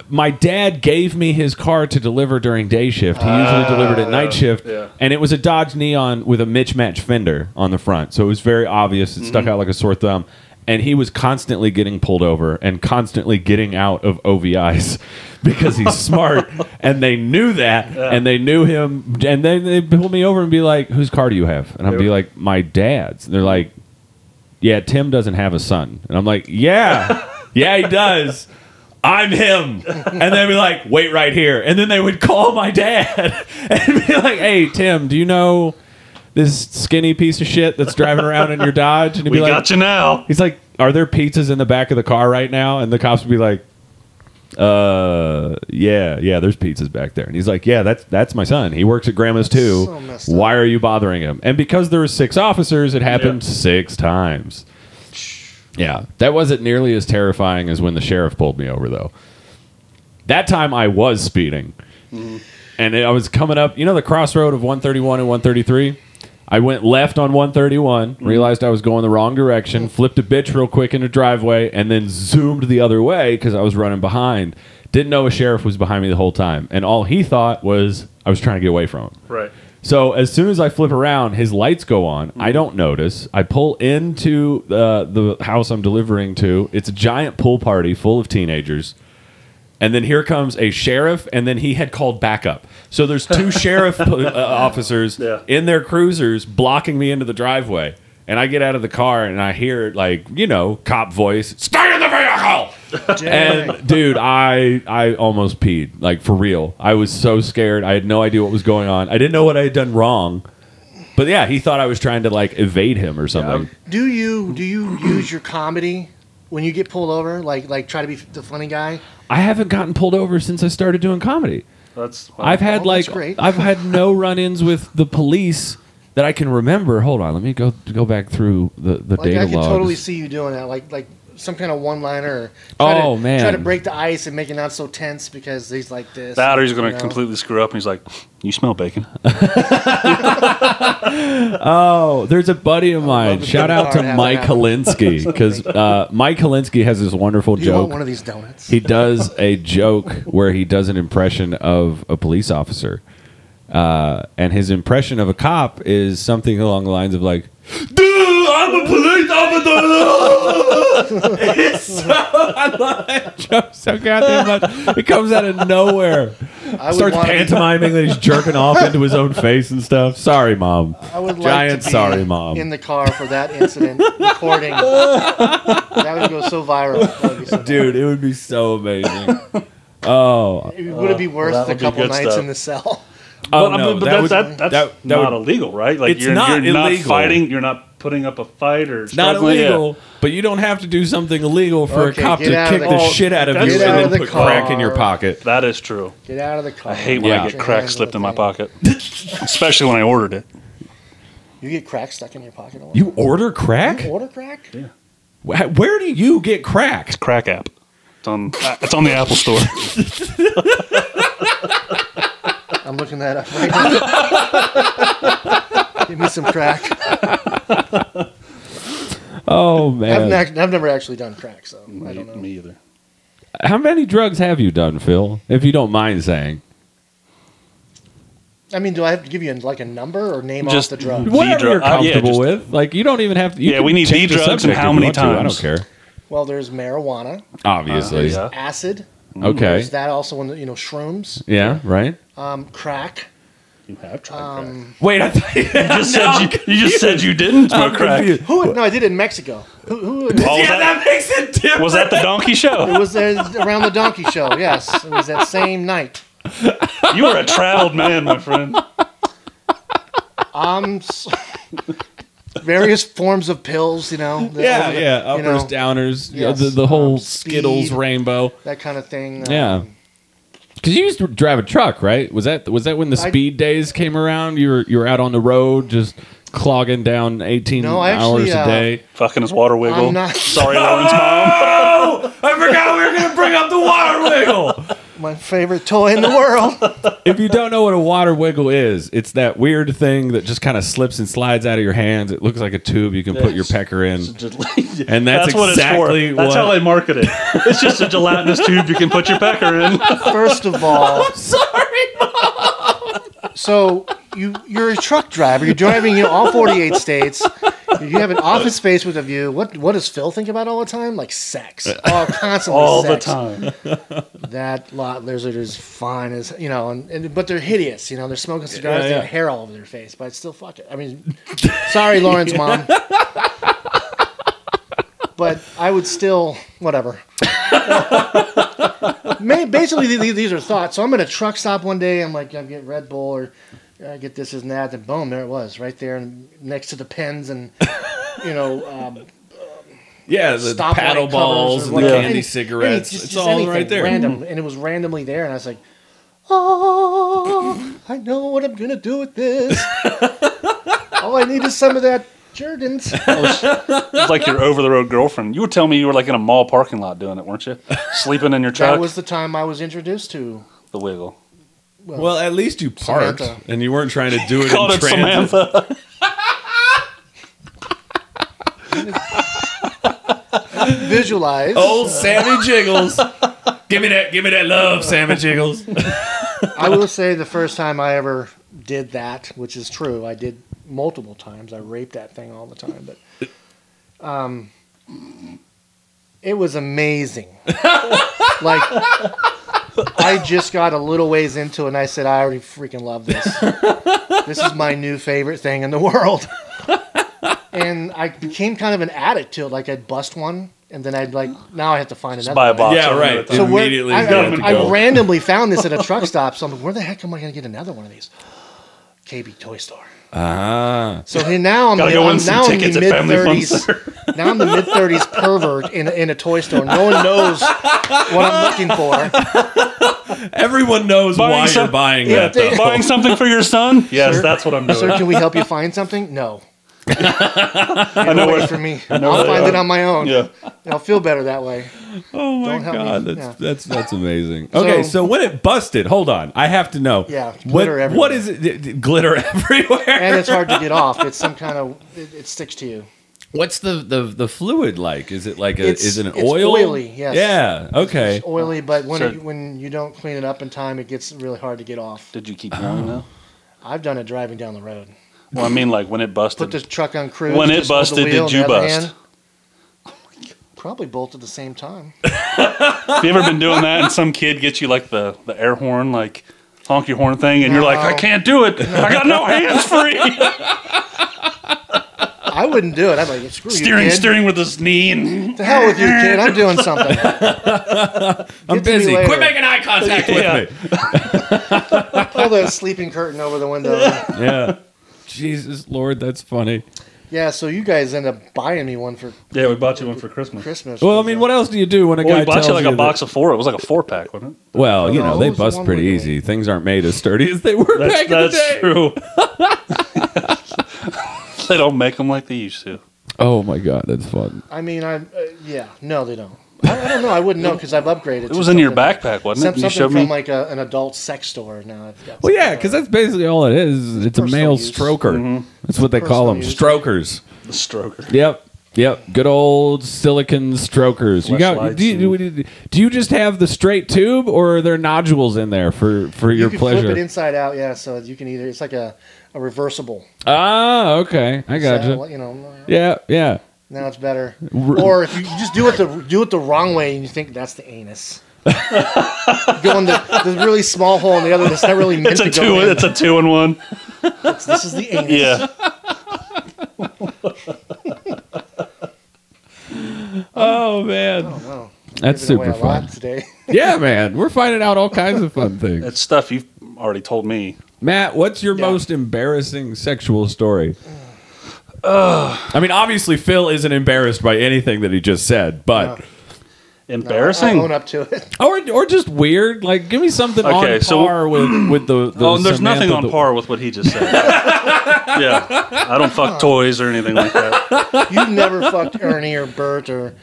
A: My dad gave me his car to deliver during day shift. He usually delivered at night shift,
C: Ah, yeah.
A: and it was a Dodge Neon with a Mitch Match fender on the front, so it was very obvious. It
C: Mm-hmm.
A: stuck out like a sore thumb. And he was constantly getting pulled over and constantly getting out of OVIs because he's smart, and they knew that, and they knew him. And then they pull me over and be like, "Whose car do you have?" And I'd be like, "My dad's." And they're like, yeah, Tim doesn't have a son. And I'm like, yeah, yeah, he does. I'm him. And they'd be like, wait right here. And then they would call my dad and be like, hey, Tim, do you know this skinny piece of shit that's driving around in your Dodge? And he'd
C: We
A: be like,
C: got you now.
A: he's like, are there pizzas in the back of the car right now? And the cops would be like, uh, yeah, yeah, there's pizzas back there. And he's like, yeah, that's, that's my son. He works at grandma's too.
B: So messed up.
A: Why are you bothering him? And because there were six officers, it happened
C: Yeah.
A: six times. Yeah, that wasn't nearly as terrifying as when the sheriff pulled me over, though. That time I was speeding,
B: Mm-hmm.
A: and I was coming up. You know the crossroad of 131 and 133. I went left on 131, realized I was going the wrong direction, flipped a bitch real quick in the driveway, and then zoomed the other way because I was running behind. Didn't know a sheriff was behind me the whole time, and all he thought was I was trying to get away from him.
C: Right.
A: So as soon as I flip around, his lights go on. I don't notice. I pull into uh, the house I'm delivering to. It's a giant pool party full of teenagers. And then here comes a sheriff, and then he had called backup. So there's two sheriff uh, officers
C: Yeah.
A: in their cruisers blocking me into the driveway. And I get out of the car and I hear, like, you know, cop voice, stay in the vehicle!
B: Dang.
A: and dude, I I almost peed, like for real. I was so scared. I had no idea what was going on. I didn't know what I had done wrong. But yeah, he thought I was trying to like evade him or something.
B: do you do you use your comedy when you get pulled over? Like like try to be the funny guy.
A: I haven't gotten pulled over since I started doing comedy.
C: That's.
A: I've had
B: Oh,
A: like
B: that's great.
A: I've had no run-ins with the police that I can remember. Hold on, let me go go back through the the
B: Like
A: data
B: I could
A: logs.
B: totally see you doing that. Like like some kind of one liner. Try
A: Oh,
B: to,
A: man.
B: Try to break the ice and make it not so tense because he's like this.
C: that or he's going
B: you
C: to
B: know.
C: completely screw up and he's like, You smell bacon.
A: Oh, there's a buddy of mine.
B: the
A: Shout out
B: car
A: to
B: having
A: Mike
B: that.
A: Holinsky because uh, Mike Holinsky has this wonderful
B: You
A: joke.
B: want one of these donuts?
A: he does a joke where he does an impression of a police officer. Uh, and his impression of a cop is something along the lines of like, "Dude, I'm a police Oh, officer." it's so, I love that joke so goddamn much. It comes out of nowhere.
B: I would
A: Starts
B: want-
A: pantomiming that he's jerking off into his own face and stuff. Sorry, mom.
B: I would like
A: Giant
B: to be
A: sorry, mom.
B: in the car for that incident recording. that would go so viral. That would be so
A: Dude, it would be so amazing. Oh,
B: It would it be worth
C: that
B: the
C: would be
B: couple
C: good
B: nights
C: stuff.
B: in the cell?
A: Oh,
C: but,
A: no,
C: but
A: that
C: that's,
A: would-
C: that,
A: that-
C: that's
A: that
C: not
A: would-
C: illegal, right? Like
A: It's
C: you're
A: not
C: you're
A: illegal.
C: not fighting, you're not putting up a fight or
A: not
C: struggling, yeah.
A: illegal, but you don't have to do something illegal for
B: Okay,
A: a cop
B: get
A: to
B: out
A: kick
B: of
A: the,
B: the-
A: shit out of
C: Get
A: you
C: out
A: and
C: of
A: then
B: the
A: put crack in your
B: car.
A: pocket.
C: That is true.
B: Get out of the car.
C: I hate when
A: Yeah.
C: I get crack slipped in my
B: Thing.
C: pocket, especially when I ordered it.
B: You get crack stuck in your pocket. all the
A: You order crack?
B: time? order crack?
A: Wh- Where do you get crack?
C: Crack app. It's on. It's on the Apple Store.
B: I'm looking that up right now. Give me some crack.
A: Oh
B: I've,
A: man,
B: ne- I've never actually done crack, so I
A: Mm-hmm.
B: don't know.
C: Me either.
A: how many drugs have you done, Phil? If you don't mind saying,
B: I mean, do I have to give you like a number or name
C: Just-
B: off the drug?
C: What?
A: whatever you're
C: drug- uh, yeah,
A: comfortable
C: just-
A: with, like you don't even have to. you
C: Yeah,
A: can
C: we need
A: change
C: the drugs and
A: subject
C: how
A: if you
C: many
A: want to. I don't
C: times?
A: care.
B: Well, there's marijuana,
A: Obviously,
C: Uh,
B: acid.
A: okay,
B: There's that also in the, you know shrooms,
A: yeah, right.
B: um, crack,
C: You have tried crack.
A: Wait, I thought you
C: You just said you, you just said you didn't smoke crack.
A: confused.
B: Who? No, I did it in Mexico. Who? who it
C: Oh, was,
A: Yeah,
C: that,
A: that makes it different.
C: was that the donkey show?
B: was uh, around the donkey show. Yes, it was that same night.
C: You were a traveled man, my friend.
B: Um, s- various forms of pills. You know. the-
A: yeah,
B: the-
A: yeah, uppers,
B: you know,
A: downers, you know,
B: Yes.
A: the, the whole
B: Um,
A: Skittles
B: speed.
A: rainbow.
B: that kind of thing.
A: Yeah. Cause you used to drive a truck, right? Was that was that when the
B: I-
A: speed days came around? You were you were out on the road just clogging down eighteen
B: No, I
A: hours
B: actually,
A: a
B: uh,
A: day.
C: Fucking his water wiggle.
B: I'm not-
C: Sorry, Lauren's mom.
A: I forgot we were gonna bring up the water wiggle.
B: My favorite toy in the world.
A: if you don't know what a water wiggle is, it's that weird thing that just kind of slips and slides out of your hands. It looks like a tube you can put your pecker in. And that's exactly
C: it's for. That's
A: what-
C: how they market it. It's just a gelatinous tube you can put your pecker in.
B: First of all,
A: Sorry.
B: so you you're a truck driver. You're driving in all 48 states. You have an office space with a view. What what does Phil think about all the time? Like sex. Oh, constantly.
C: all the
B: sex.
C: time.
B: That lot lizard is fine as you know, and, and but they're hideous. You know, they're smoking
A: Yeah,
B: cigars. They
A: yeah.
B: have hair all over their face, but still, fuck it. I mean, sorry, Lauren's mom. But I would still whatever. Ma- Basically, the- the- these are thoughts. So I'm at a truck stop one day. I'm like, I'm getting Red Bull or I get this and that. And boom, there it was, right there, and next to the pens and you know, um,
A: Yeah, the
B: stoplight
A: paddle
B: covers
A: balls
B: or
A: and the
B: whatever.
A: candy
B: Any-
A: cigarettes.
B: any- just-
A: it's
B: just
A: all
B: anything
A: right there.
B: Random, and it was randomly there, and I was like, "Oh, I know what I'm gonna do with this. all I need is some of that Jordan's."
C: It's like your over the road girlfriend. You were telling me you were like in a mall parking lot doing it, weren't you? Sleeping in your truck.
B: That was the time I was introduced to.
C: the wiggle.
A: Well, at least you parked
B: Samantha.
A: and you weren't trying to do it
C: Called
A: in
C: it
A: transit.
C: Samantha.
B: Visualize.
A: Old Sammy Jiggles. give me that, give me that love, Sammy Jiggles.
B: I will say the first time I ever did that, which is true, I did multiple times. I raped that thing all the time, but um, it was amazing. like I just got a little ways into it, and I said, I already freaking love this. this is my new favorite thing in the world. and I became kind of an addict to it. Like I'd bust one, and then I'd like now I have to find another.
C: buy a
B: one.
C: box.
A: yeah,
C: of
A: right.
C: them.
B: where-
A: Immediately, you
B: I,
A: have to
B: I
A: go.
B: randomly found this at a truck stop. So I'm like, where the heck am I going to get another one of these? KB Toy Store.
A: Ah,
B: So here now I'm,
C: Gotta
B: the-
C: go
B: I'm
C: win some
B: now I'm
C: tickets
B: the
C: at
B: mid
C: Family Fun
B: thirties. Now I'm the mid thirties pervert in, in a toy store. No one knows what I'm looking for.
A: everyone knows
C: Buying
A: why
C: some-
A: you're buying
B: Yeah,
A: that. Though.
C: Buying something for your son? Yes,
B: Sir?
C: that's what I'm doing.
B: Sir, can we help you find something? No. I
C: know
B: wait
C: where-
B: for me.
C: know
B: I'll
C: where they
B: find it
C: are.
B: on my own.
C: Yeah.
B: I'll feel better that way.
A: Oh my
B: Don't help me.
A: god, that's
B: Yeah.
A: that's that's amazing. Okay, so,
B: So-
A: when it busted, hold on, I have to know.
B: Yeah,
A: what,
B: glitter
A: what
B: everywhere.
A: is it? d- d- Glitter everywhere.
B: And it's hard to get off. It's some kind of it, it sticks to you.
A: What's the, the the fluid like? Is it like a
B: It's-
A: is it an
B: it's
A: oil?
B: oily, yes.
A: Yeah. Okay.
B: It's oily, but when
C: So-
B: it, when you don't clean it up in time, it gets really hard to get off.
C: Did you keep going though?
B: I've done it driving down the road.
C: Well, I mean, like when it
B: Put
C: busted.
B: the truck on cruise.
C: When it
B: just hold the
C: busted,
B: wheel
C: did
B: in
C: you
B: the other
C: bust?
B: hand. Probably both at the same time.
C: Have you ever been doing that and some kid gets you like the, the air horn, like honk your horn thing, and you're like,
B: No.
C: I can't do it. I got no hands free.
B: I wouldn't do it. I'd like screw you,
C: steering,
B: kid.
C: steering with his knee. And
B: The hell with you, kid. I'm doing
A: I'm
B: something. Get to me
A: busy.
B: later.
A: Quit making eye contact
C: Yeah.
A: with me.
B: Pull the sleeping curtain over the window.
A: yeah. Jesus Lord, that's funny.
B: Yeah, so you guys end up buying me one for
C: yeah, we bought you one for Christmas.
B: Christmas.
A: Well, I mean, what else do you do when a
C: Well,
A: guy
C: we bought
A: tells
C: you like a
A: that-
C: box of four. It was like a four pack, wasn't it?
A: Well, you know,
B: No,
A: they
B: it was the
A: bust
B: one
A: pretty
B: we made.
A: easy. Things aren't made as sturdy as they were
C: That's,
A: back in the
C: that's
A: day.
C: true. they don't make them like they used to.
A: Oh my god, that's fun.
B: I mean, I uh, yeah, no, they don't. I, I don't know. I wouldn't know because I've upgraded.
C: It was in your backpack, wasn't it?
B: Something, something
C: You showed
B: from
C: me.
B: like a, an adult sex store. Now I've got.
A: Well, yeah, because that's basically all it is. It's a
B: Personal
A: male
B: use.
A: stroker.
C: Mm-hmm.
A: That's what they call
B: Personal
A: them,
B: use.
A: strokers.
C: the stroker.
A: Yep. Yep, good old silicon strokers. You got?
C: Fleshlights
A: Do you, do you just have the straight tube, or are there nodules in there for for
B: you
A: your
B: can
A: pleasure?
B: flip it inside out. Yeah, so you can either it's like a, a reversible.
A: Ah, okay, I gotcha.
B: So, you know,
A: yeah, yeah.
B: now it's better.
A: R-
B: Or if you just do it the do it the wrong way and you think that's the anus. Go in the, the really small hole in the other that's not really meant
C: It's a
B: to
C: two.
B: go in.
C: It's a two and one.
B: this is the anus.
C: Yeah.
A: Oh man,
B: Wow.
A: that's
B: Giving away
A: super
B: a lot
A: fun.
B: today.
A: Yeah, man, we're finding out all kinds of fun things.
C: It's stuff you've already told me.
A: Matt, what's your
B: Yeah.
A: most embarrassing sexual story? I mean, obviously Phil isn't embarrassed by anything that he just said, but
C: Embarrassing.
B: I'll own up to it.
A: or or just weird. Like, give me something
C: Okay,
A: on
C: so-
A: par with with the. the
C: oh, and there's nothing
A: Samantha
C: on
A: the-
C: par with what he just said. yeah. I don't fuck toys or anything like that.
B: You never fucked Ernie or Bert or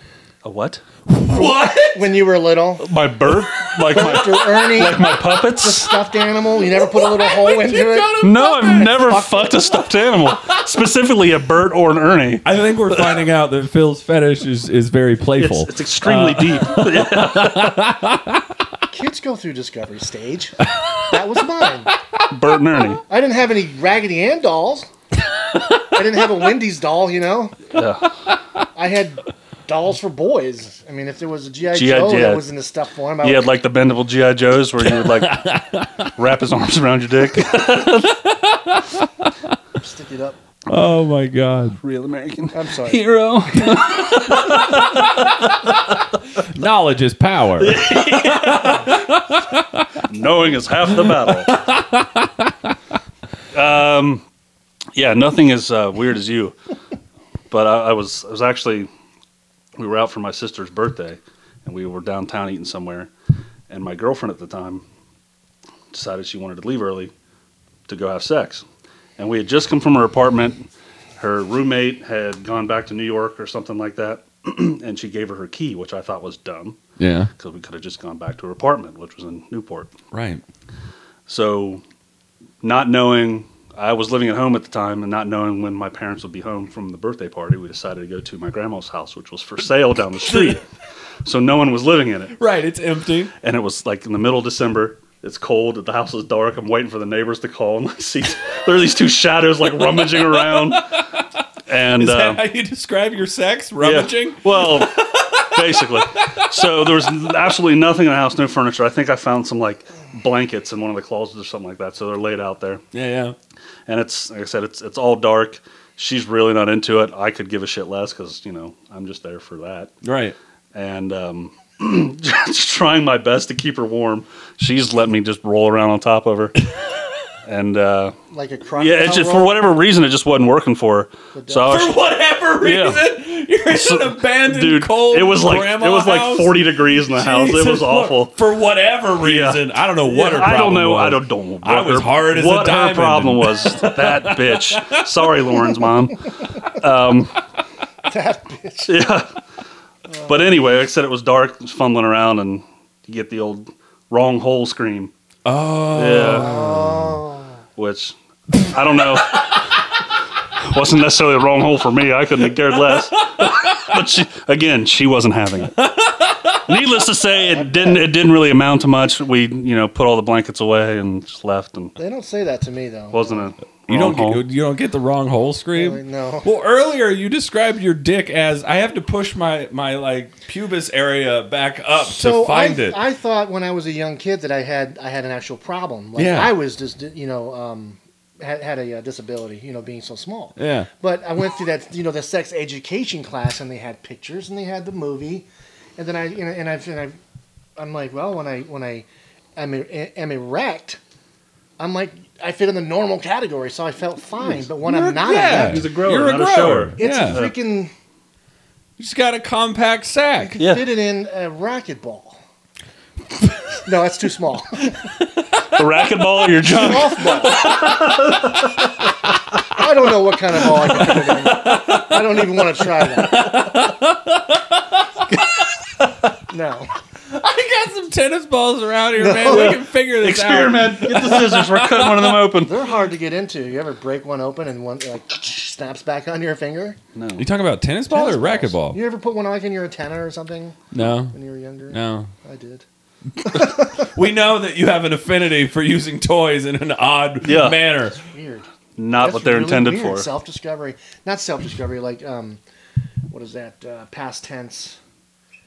C: A what?
A: What?
B: when you were little.
C: My bird? Like my,
B: Or Ernie,
C: my puppets?
B: stuffed animal. You never put a little hole into it.
C: No, I've never fucked a stuffed animal, specifically a bird or an Ernie.
A: I think we're finding out that Phil's fetish is, is very playful.
C: It's, it's extremely
A: Uh.
C: deep. Yeah.
B: Kids go through discovery stage. That was mine.
C: Bert and Ernie.
B: I didn't have any Raggedy Ann dolls. I didn't have a Wendy's doll, you know.
C: Yeah.
B: I had dolls for boys. I mean, if there was a GI
C: G.I.
B: Joe
C: yeah.
B: that was in the stuffed form, I
C: You
B: would,
C: had like the bendable GI Joes where you would like wrap his arms around your dick.
B: stick it up.
A: oh my god!
C: Real American
B: I'm sorry.
C: hero.
A: Knowledge is power.
C: Knowing is half the battle. um, yeah, nothing as uh, weird as you. But I, I was I was actually we were out for my sister's birthday, and we were downtown eating somewhere, and my girlfriend at the time decided she wanted to leave early to go have sex, and we had just come from her apartment. Her roommate had gone back to New York or something like that, and she gave her her key, which I thought was dumb
A: yeah.
C: because we could have just gone back to her apartment, which was in Newport.
A: Right.
C: So, not knowing, I was living at home at the time, and not knowing when my parents would be home from the birthday party, we decided to go to my grandma's house, which was for sale down the street. so, no one was living in it.
A: Right. It's empty.
C: And it was like in the middle of December. It's cold. The house is dark. I'm waiting for the neighbors to call and like, see. There are these two shadows like rummaging around. And
A: Is
C: uh,
A: that how you describe your sex?
C: yeah.
A: Rummaging.
C: Well, basically. So there was absolutely nothing in the house, no furniture. I think I found some like blankets in one of the closets or something like that. So they're laid out there,
A: Yeah. Yeah.
C: and it's like I said, it's it's all dark. She's really not into it. I could give a shit less because you know I'm just there for that,
A: Right.
C: and um, just trying my best to keep her warm. She's let me just roll around on top of her, and uh,
B: Like a crocodile.
C: yeah, it's just, for
B: roll.
C: whatever reason, it just wasn't working for her. So I was,
A: For whatever
C: Yeah.
A: reason, you're in
C: So-
A: an abandoned
C: dude,
A: cold.
C: it was like
A: grandma
C: it was like
A: house.
C: 40 degrees in the house. It
A: Jesus,
C: was awful.
A: look, For whatever reason, I don't know what her
C: I
A: problem
C: don't know.
A: was.
C: I don't. don't what
A: I was
C: her-
A: hard as a
C: what her
A: diamond.
C: problem was that bitch. Sorry, Lauren's mom. Um, that bitch. Yeah. But anyway, like I said it was dark, just fumbling around, and you get the old wrong hole scream.
A: Oh,
C: Yeah. Which I don't know. wasn't necessarily the wrong hole for me. I couldn't have cared less. but she, again, she wasn't having it. Needless to say, it didn't. It didn't really amount to much. We, you know, put all the blankets away and just left, and
B: They don't say that to me though.
C: wasn't a.
A: you don't
C: wrong hole.
A: get, you don't get the wrong hole
B: Really?
A: scream.
B: No.
A: Well, earlier you described your dick as I have to push my my like pubis area back up
B: so
A: to find
B: I,
A: it.
B: I thought when I was a young kid that I had I had an actual problem. Like
A: Yeah.
B: I was just you know um, had had a uh, disability. You know, being so small.
A: yeah.
B: But I went through that, you know, the sex education class, and they had pictures, and they had the movie, and then I, you know, and I've, and I've, I'm like, well, when I, when I, am, e, am erect, I'm like, I fit in the normal category, so I felt fine. But when
A: You're-
B: I'm not
A: yeah.
B: erect,
C: He's a grower,
A: You're
C: not a shower.
B: it's
A: yeah.
B: a freaking
A: you just got a compact sack.
C: Yeah.
B: fit it in a racquetball. no, that's too small.
C: the racquetball or your junk.
B: Golf ball. I don't know what kind of ball I could put it in. I don't even want to try that. no.
A: I got some tennis balls around here, man. We can figure this out.
C: Experiment. Get the scissors. We're cutting one of them open.
B: They're hard to get into. You ever break one open and one like snaps back on your finger?
A: You talking about tennis ball or
B: Tennis balls.
A: racquetball?
B: You ever put one like in your antenna or something
A: No,
B: when you were younger?
A: no.
B: I did.
A: We know that you have an affinity for using toys in an odd
C: Yeah.
A: manner.
B: Weird.
C: Not what they're intended for.
B: Self discovery, not self discovery. Like um, what is that? Uh, past tense.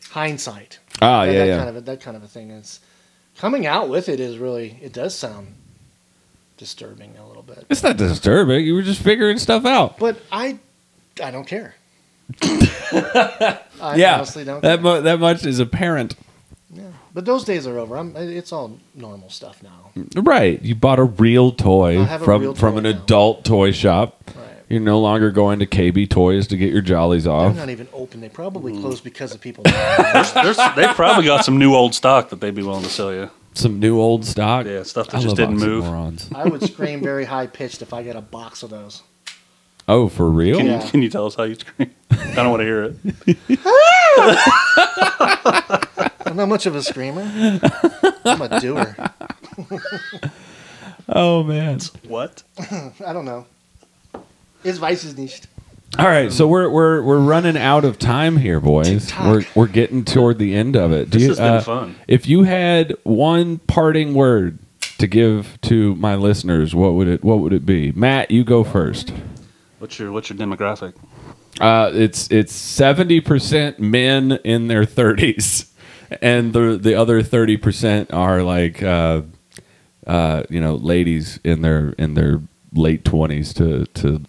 B: hindsight.
A: Ah,
B: that,
A: yeah,
B: that
A: yeah.
B: kind of a, that kind of a thing is coming out with it is really it does sound disturbing a little bit.
A: It's not disturbing. You were just figuring stuff out.
B: But I I don't care. I
A: yeah,
B: honestly don't.
A: that
B: care.
A: mu- that much is apparent.
B: yeah. But those days are over. I'm, it's all normal stuff now.
A: Mm. Right, you bought a real toy
B: I have a
A: from
B: real
A: from
B: toy
A: an
B: now.
A: adult toy shop.
B: Right.
A: You're no longer going to KB Toys to get your jollies
B: They're
A: off.
B: not even open. They probably closed because of people.
C: There's, they probably got some new old stock that they'd be willing to sell you.
A: Some new old stock.
C: Yeah, stuff
A: I
C: that
A: love
C: just didn't move.
A: oxymorons.
B: I would scream very high pitched if I got a box of those.
A: Oh, for real?
C: Can,
B: Yeah.
C: you, can you tell us how you scream? I don't want to hear it.
B: I'm not much of a screamer. I'm a doer.
A: Oh man!
C: What?
B: I don't know. His vice is niched.
A: All right, so we're we're we're running out of time here, boys.
B: TikTok.
A: We're we're getting toward the end of it. Do
C: This
A: you,
C: has been
A: uh,
C: fun.
A: If you had one parting word to give to my listeners, what would it what would it be? Matt, you go first.
C: What's your what's your demographic?
A: Uh, it's it's seventy percent men in their thirties, and the the other thirty percent are like uh, uh, you know ladies in their in their late twenties to to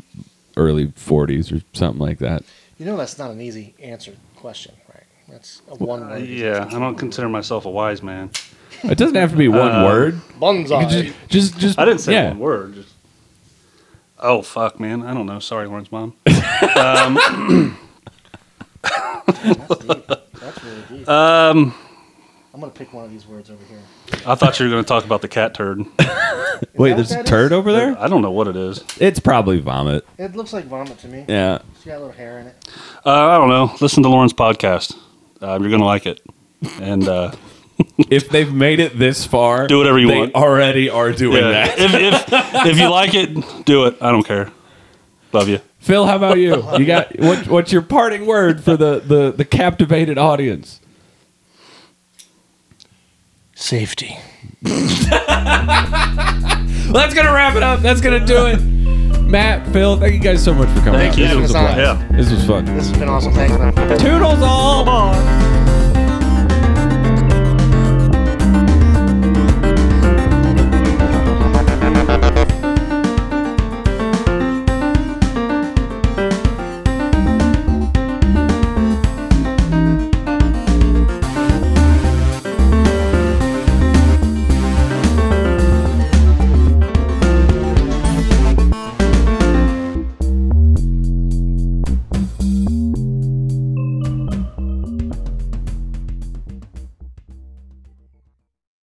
A: early forties or something like that.
B: You know that's not an easy answer question, right? That's a one
C: Uh,
B: word.
C: yeah, I don't consider myself a wise man.
A: It doesn't have to be one
C: Uh,
A: word. You
B: Bonsai.
A: could just, just just
C: I didn't say
A: yeah.
C: one word. Just, oh fuck, man! I don't know. Sorry, Lauren's mom.
B: That's deep. That's really deep.
C: Um,
B: I'm gonna pick one of these words over here.
C: I thought you were going to talk about the cat turd.
B: Is
A: Wait,
B: that
A: there's
B: what
A: a
B: that
A: turd
B: is?
A: over there.
C: I don't know what it is.
A: It's probably vomit.
B: It looks like vomit to me.
A: Yeah.
B: It's got a little hair in it.
C: Uh, I don't know. Listen to Lauren's podcast. Uh, you're going to like it. And uh,
A: If they've made it this far,
C: Do whatever you
A: they
C: want.
A: Already are doing
C: yeah,
A: that.
C: if, if if you like it, do it. I don't care. Love you.
A: Phil, how about you? You got what, what's your parting word for the, the, the captivated audience?
B: Safety.
A: Well, that's gonna wrap it up. That's gonna do it. Matt, Phil, thank you guys so much for coming.
C: Thank
A: out.
C: you.
A: This was a blast.
C: Yeah.
A: This was fun.
B: This has been awesome. Thanks, man.
A: Toodles all.
C: Bye.